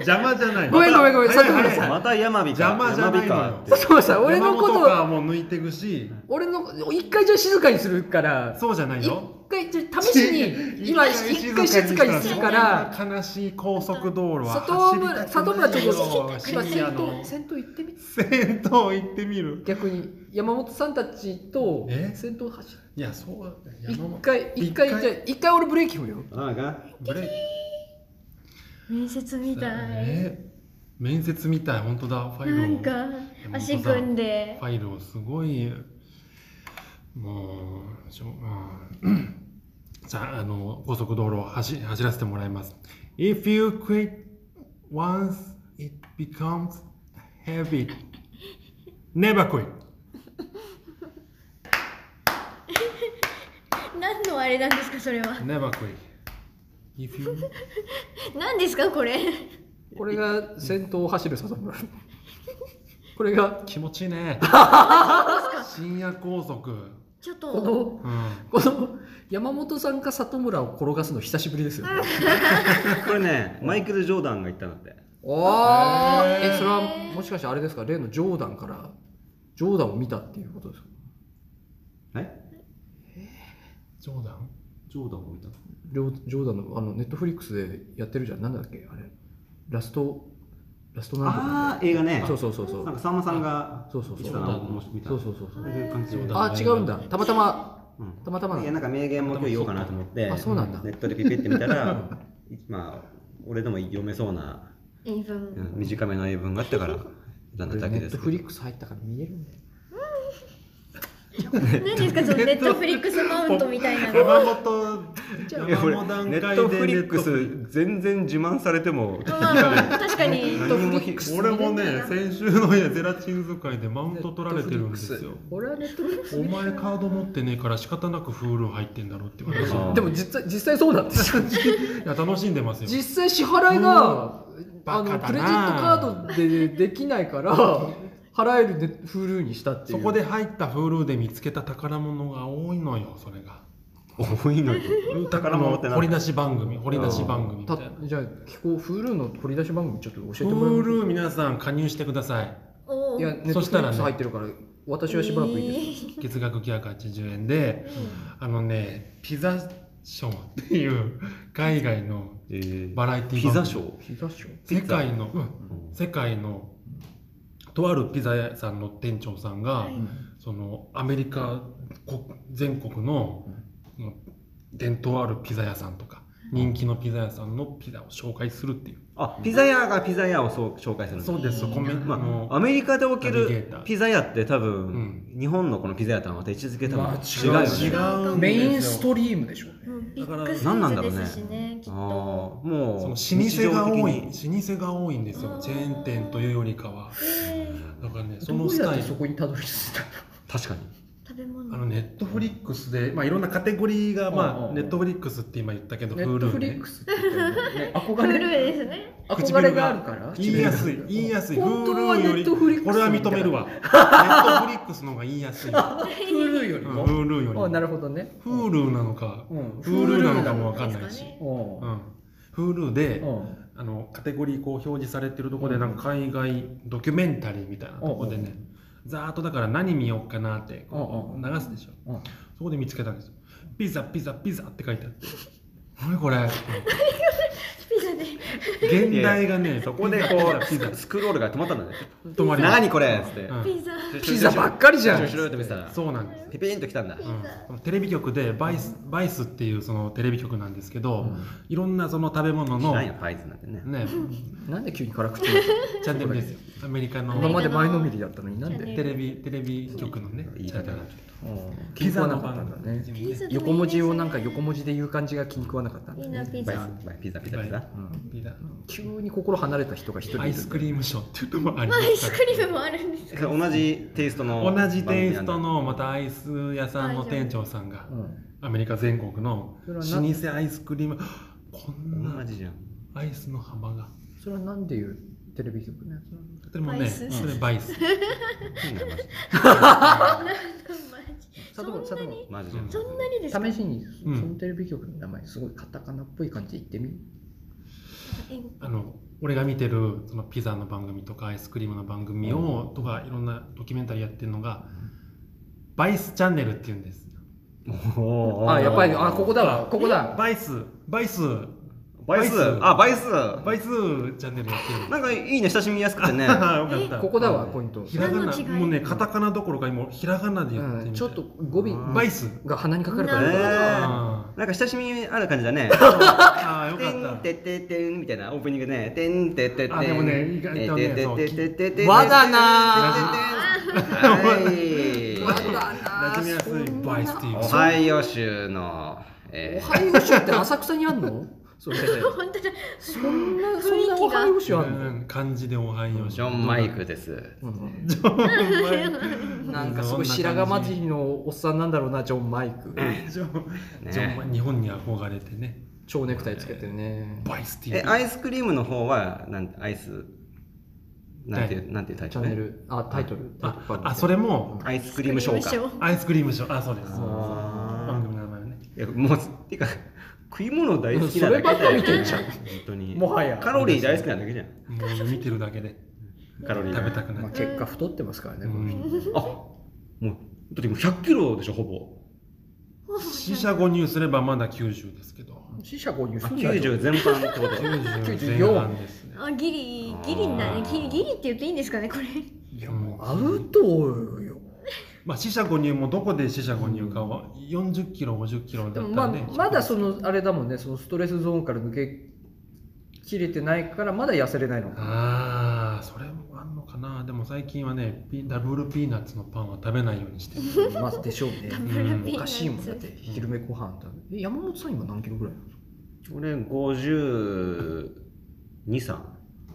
邪魔じゃないごめんごめんごめん早い早里村いさんまた山火か邪魔じゃないの山よ火かってそう さ俺のこ山と本がもう抜いていくし俺の一回じゃあ静かにするからそうじゃない一よ回ちょっと試しに今 一回静かにするからそんな悲しい高速道路は里村里村ちょっ走りたくないよと今先深夜の頭先頭行ってみて先頭行ってみる逆に山本さんたちとえ先頭走っていやそうだ一山本回一回一回じゃあ一回俺ブレーキ踏むよなんかブレーキ面接みたい、え面接みたい本当だファイルをなんか足組んでファイルをすごいもうしょ、うん、じゃああの高速道路を走走らせてもらいます If you quit once it becomes heavy never quit 何のあれなんですかそれは never quit If you 何ですかこれこれが先頭を走る里村これが気持ちいいね 深夜高速ちょっことのうんこの山本さんか里村を転がすの久しぶりですよねこれねマイケル・ジョーダンが言ったんだっておーーえそれはもしかしてあれですか例のジョーダンからジョーダンを見たっていうことですかえ冗談ジョーダンを見たジョージョーダンのあのネットフリックスでやってるじゃんなんだっけあれラストラストなんああ映画ねとかそうそうそうそうなんかさんまさんがそうそうそ言うってたの面白い見たそうそうそうそそうういう感じジョーダンあ違うんだたまたまうんたまたまいやななんか名言も今日言おうかなと思ってあそうなんだネットでピピってみたらまあ俺でも読めそうな言い分うん短めの英文があったからだんネだだけッですトフリックス入ったから見えるんだよ何ですかそのネットフリックスマウントみたいなの山本いや俺山本ネットフリックス全然自慢されてもまあまあ確かに何もひ俺もね先週のねゼラチン使いでマウント取られてるんですよ俺はネットフリックスお前カード持ってねえから仕方なくフール入ってんだろって言われてあーでも実際実際そうなんですよいや楽しんでますよ実際支払いがあバのカだなクレジットカードでできないから払えるでフルにしたっていそうこで入ったフールで見つけた宝物が多いのよそれが多いのに宝物ってなあの掘り出し番組掘り出し番組みたたいなじゃあ聞こうフールーの掘り出し番組ちょっと教えてフもらえーますル皆さん加入してくださいおいや、ネットそフしリたッらクねス入ってるから、私はしばらくいいです。月額980円であのねピザショーっていう海外のえーバラエティピザショーピザショー世界の、うん世界のとあるピザ屋さんの店長さんが、はいそのアメリカこ全国のその伝統あるピザ屋さんとか人気のピザ屋さんのピザを紹介するっていう、あピザ屋がピザ屋をそう紹介するんだそうですコメントまあ、のアメリカで起きナビゲるーターピザ屋って多分、う日本のこのピザ屋とはまた位置づけ多分まあ違う違よね。う違ううんメインストリームでしょうね。うんビだからッグサ何なんイだズろうでねすしねきっああとそものう老舗が多い日常的に老舗が多いんですよチェーン店というよりかはえーだからねそどのうスやっタてイルそこにたどり着いたの確かに食べあ物のネットフリックスで、まあ、いろんなカテゴリーが、まあうんうんうんネットフリックスって今言ったけどネット Hulu フリッねクスって言ったよね 憧古いれ、ですね憧れがあるから。言いやすい言いやすい本当は Hulu よネッりトフリックスこれは認めるわネットフリックスの方が言いやすい Hulu フルーよりも。よりあ、もなるほどね。 Hulu なのかうん。 Hulu なのかもわかんないしですかねうん。ううんん Hulu でうんあのカテゴリーこう表示されてるとこでうんなんか海外ドキュメンタリーみたいなとこでねざーっとだから何見ようかなってこううん流すでしょうんそこで見つけたんですよピザピザピザって書いてあって何これピザで現代がねそこでこうピザピスクロールが止まったんだね。ザ止まります何これっつって。うんピザピザばっかりじゃん後。ろよって見てたらそうなんですピピーンと来たんだ。うん、テレビ局でバイス「バイス」っていうそのテレビ局なんですけど、いろんなその食べ物の、ないね、のパイズンなんてね。チなんで急に辛口になったのャンネルですよアメリカのアメ今リまカで前のめりだったのになんチャンネルでテレビテレビ局のねいいチャンネルだとうん気に食わなかったんだねピザの番ピザでも組いいですね横文字をなんか横文字で言う感じが気に食わなかったんいだいなねピバイザバイピザピザピザ。うんピザ急に心離れた人が一人いるアイスクリームショーっていうのもありまあまアイすスクリームもあるんですか同じテイストの同じテイストのまたアイス屋さんの店長さんがうんアメリカ全国のそれ老はな舗アイスクリームこん同なじじゃん。アイスの幅がそれはなんでいうテレビ局ねでもバねイスそれバ イスなんだマジ佐そ藤佐んな藤にマジじゃん。そんなにですか試しにそうんのテレビ局の名前すごいカタカナっぽい感じで言ってみあの俺が見てるそのピザの番組とかアイスクリームの番組をとかいろんなドキュメンタリーやってるのがバイスチャンネルっていうんですおあやっぱりあここだわここだバイスバイスバイス。あバイス。バイスチャンネルやってるなんかいいね親しみやすくて ね。あよかったここだわポイントひらがな何の違いもうねカタカナどころか今ひらがなで言ってみうた、んちょっと語尾バイスが鼻にかかるかならるほどねあなんか親しみある感じだね。あよてかんってっててんみたいなオープニングね。てんてっててん。あでもね意外とねてててててて。わだな はい。たなじみやすいバイスっていうオハイオ州の、え オハイオ州って浅草にあんのそれ本当だそんな雰囲気がそんなオハイオ州あんのうん漢字でおはよーうジョン・マイクです。うん クなんかすごい白髪混じりのおっさんなんだろうなジョン・マイクジョンジョンね、マイ日本に憧れてね蝶ネクタイつけてねバイスっていえうアイスクリームの方はなんアイスなんていうなんていうタイチトル、ャンネルあタイトルタイトあルあそれもアイスクリームショーか。アイスクリームショーあそうです番あ組の名前は ねーいやもうてか食い物大好きなだけそればっか見てんじゃん本当に。もはやカロリー大好きなだけじゃん。もう見てるだけでカロリー食べたくなまあっち結果太ってますからゃねう、この人 うんあもうだってもう100キロでしょほぼ。四捨五入すればまだ90ですけど四捨五入あすんなよ90全般ってこと。 90前半ですねあギリギリだねギリギリって言っていいんですかねこれいやもうアウトよまあ四捨五入もどこで四捨五入かは40キロ50キロでだもったまんであまだそのあれだもんねそのストレスゾーンから抜け切れてないからまだ痩せれないのかああそれもあんのかなでも最近はねピダブルピーナッツのパンは食べないよう にしてるまあでしょうねダ ブルピーおナかしいもんだっッツて昼飯ご飯食べえ山本さん今何キロぐらいなの俺52、3。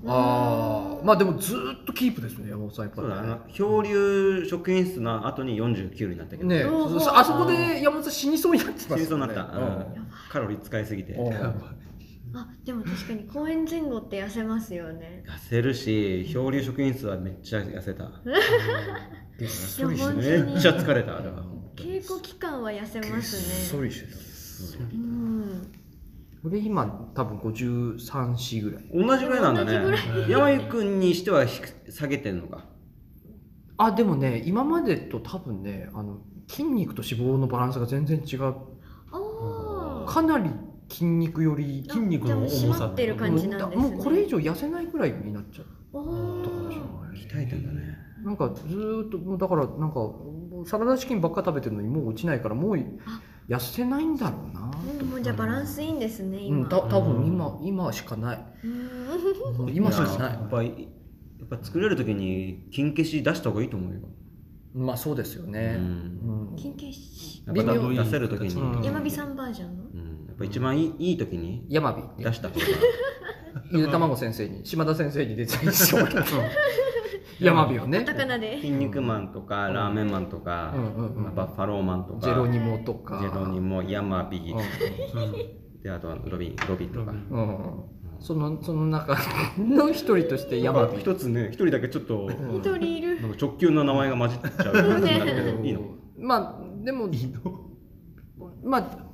ああまあでもずーっとキープですね山本さんやっぱそうだりな漂流職員室の後に49になったけど、ねえおーそあそこで山本さん死にそうになってますよ死ねにそうになった、うんカロリー使いすぎてうん痩あでも確かに公演前後って痩せますよねせるし漂流職員室はめっちゃ痩せたげっそりいやして本めねっちゃ疲れたあれは稽古期間は痩せげっますそねりしてたうん俺今多分534ぐらい同じぐらいなんだ同ねじぐらい山井君にしては低く下げてんのかあでもね今までと多分ねあの筋肉と脂肪のバランスが全然違うああかなり筋肉より筋肉の重じゃあもう締さまってる感じなんですねもうもうこれ以上痩せないぐらいになっちゃったおかもしれーない鍛えてんだねなんかずーっともうだからなんかもうサラダチキンばっか食べてるのにもう落ちないからもうあ痩せないんだろうなうんもうじゃあバランスいいんですねう今んた多分今今しかないうんもう今しかいやないやっぱりやっぱ作れる時に金消し出した方がいいと思うよ、まあそうですよう、ね、うんん緊急しやっぱ微妙出出せる時に、うん山火さんバージョンのうんやっぱ一番いいいい時にヤマビ出した方がゆで卵先生に島田先生に出てきそうヤマビをねカタカナで筋肉マンとかラーメンマンとか、うんうんうんバッファローマンとかジェロニモとかジェロニモヤマビーうんであとはロビンロビンとかロビンうんうんそのその中の一人としてヤマビ一つね一人だけちょっと一人いるなんか直球の名前が混じっちゃう感じになるけどいいのまあでもいいのまあ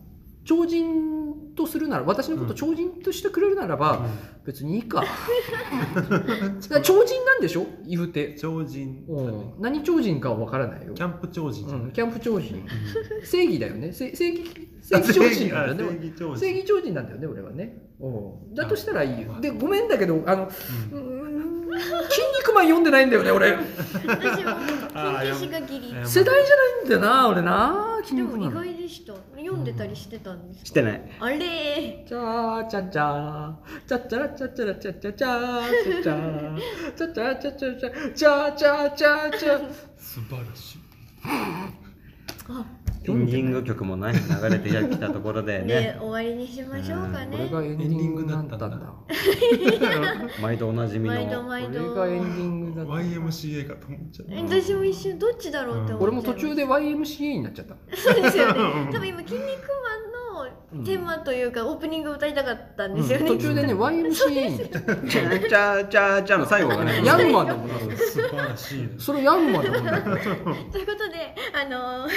超人とするなら私のこと超人としてくれるならば、別にいい かだから超人なんでしょ言うて、超人うん何超人かは分からないよキャンプ超人じゃうなんいキャンプ超人正義だよねせ正義正義超人なんだよねあ正義超人正義超人なんだよね俺はねうんだとしたらいいよでごめんだけどあのううんーん筋肉まん読んでないんだよね、俺。私もあ金ー消しがギリ。や世代じゃないんだよな、俺な。筋で肉もマ意ン。外でした。読んでたりしてたんですかしてない。あれチャーチャチャー、チャチャラチャチャラチャチャチャーチャチャー、チャチャラチャチャチャチャチャチャチャ。素晴らしい。あ、エンディング曲もない流れてきたところでで、ね、終わりにしましょうかこれがね。エンディングだったんだ。エンディングだったんだこ毎度おなじみ毎度の。毎れ度。がエンディングだった。 YMCA かと思っちゃう。私も一瞬どっちだろうって思っちゃいました俺も途中で YMCA になっちゃった。そうですよね。多分今筋肉マンのテーマというか、オープニングを歌いたかったんですよね。途中でね、YMCA になっちゃっチャーチャーチャーチャーの最後がた。ね。ヤングマンだもんな。素晴らしいね。それヤングマンだもんな。 ということで、あのー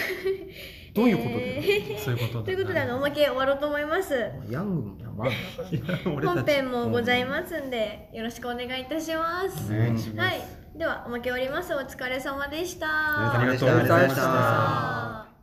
どういうことだよえそういうことーということで、あの、おまけ終わろうと思います。ヤングマンだもんな。本編もございますんで、よろしくお願いいたします。お願いしますはい、では、おまけ終わります。お疲れ様でした。ありがとうあごりがとざいまうございまししたた。あー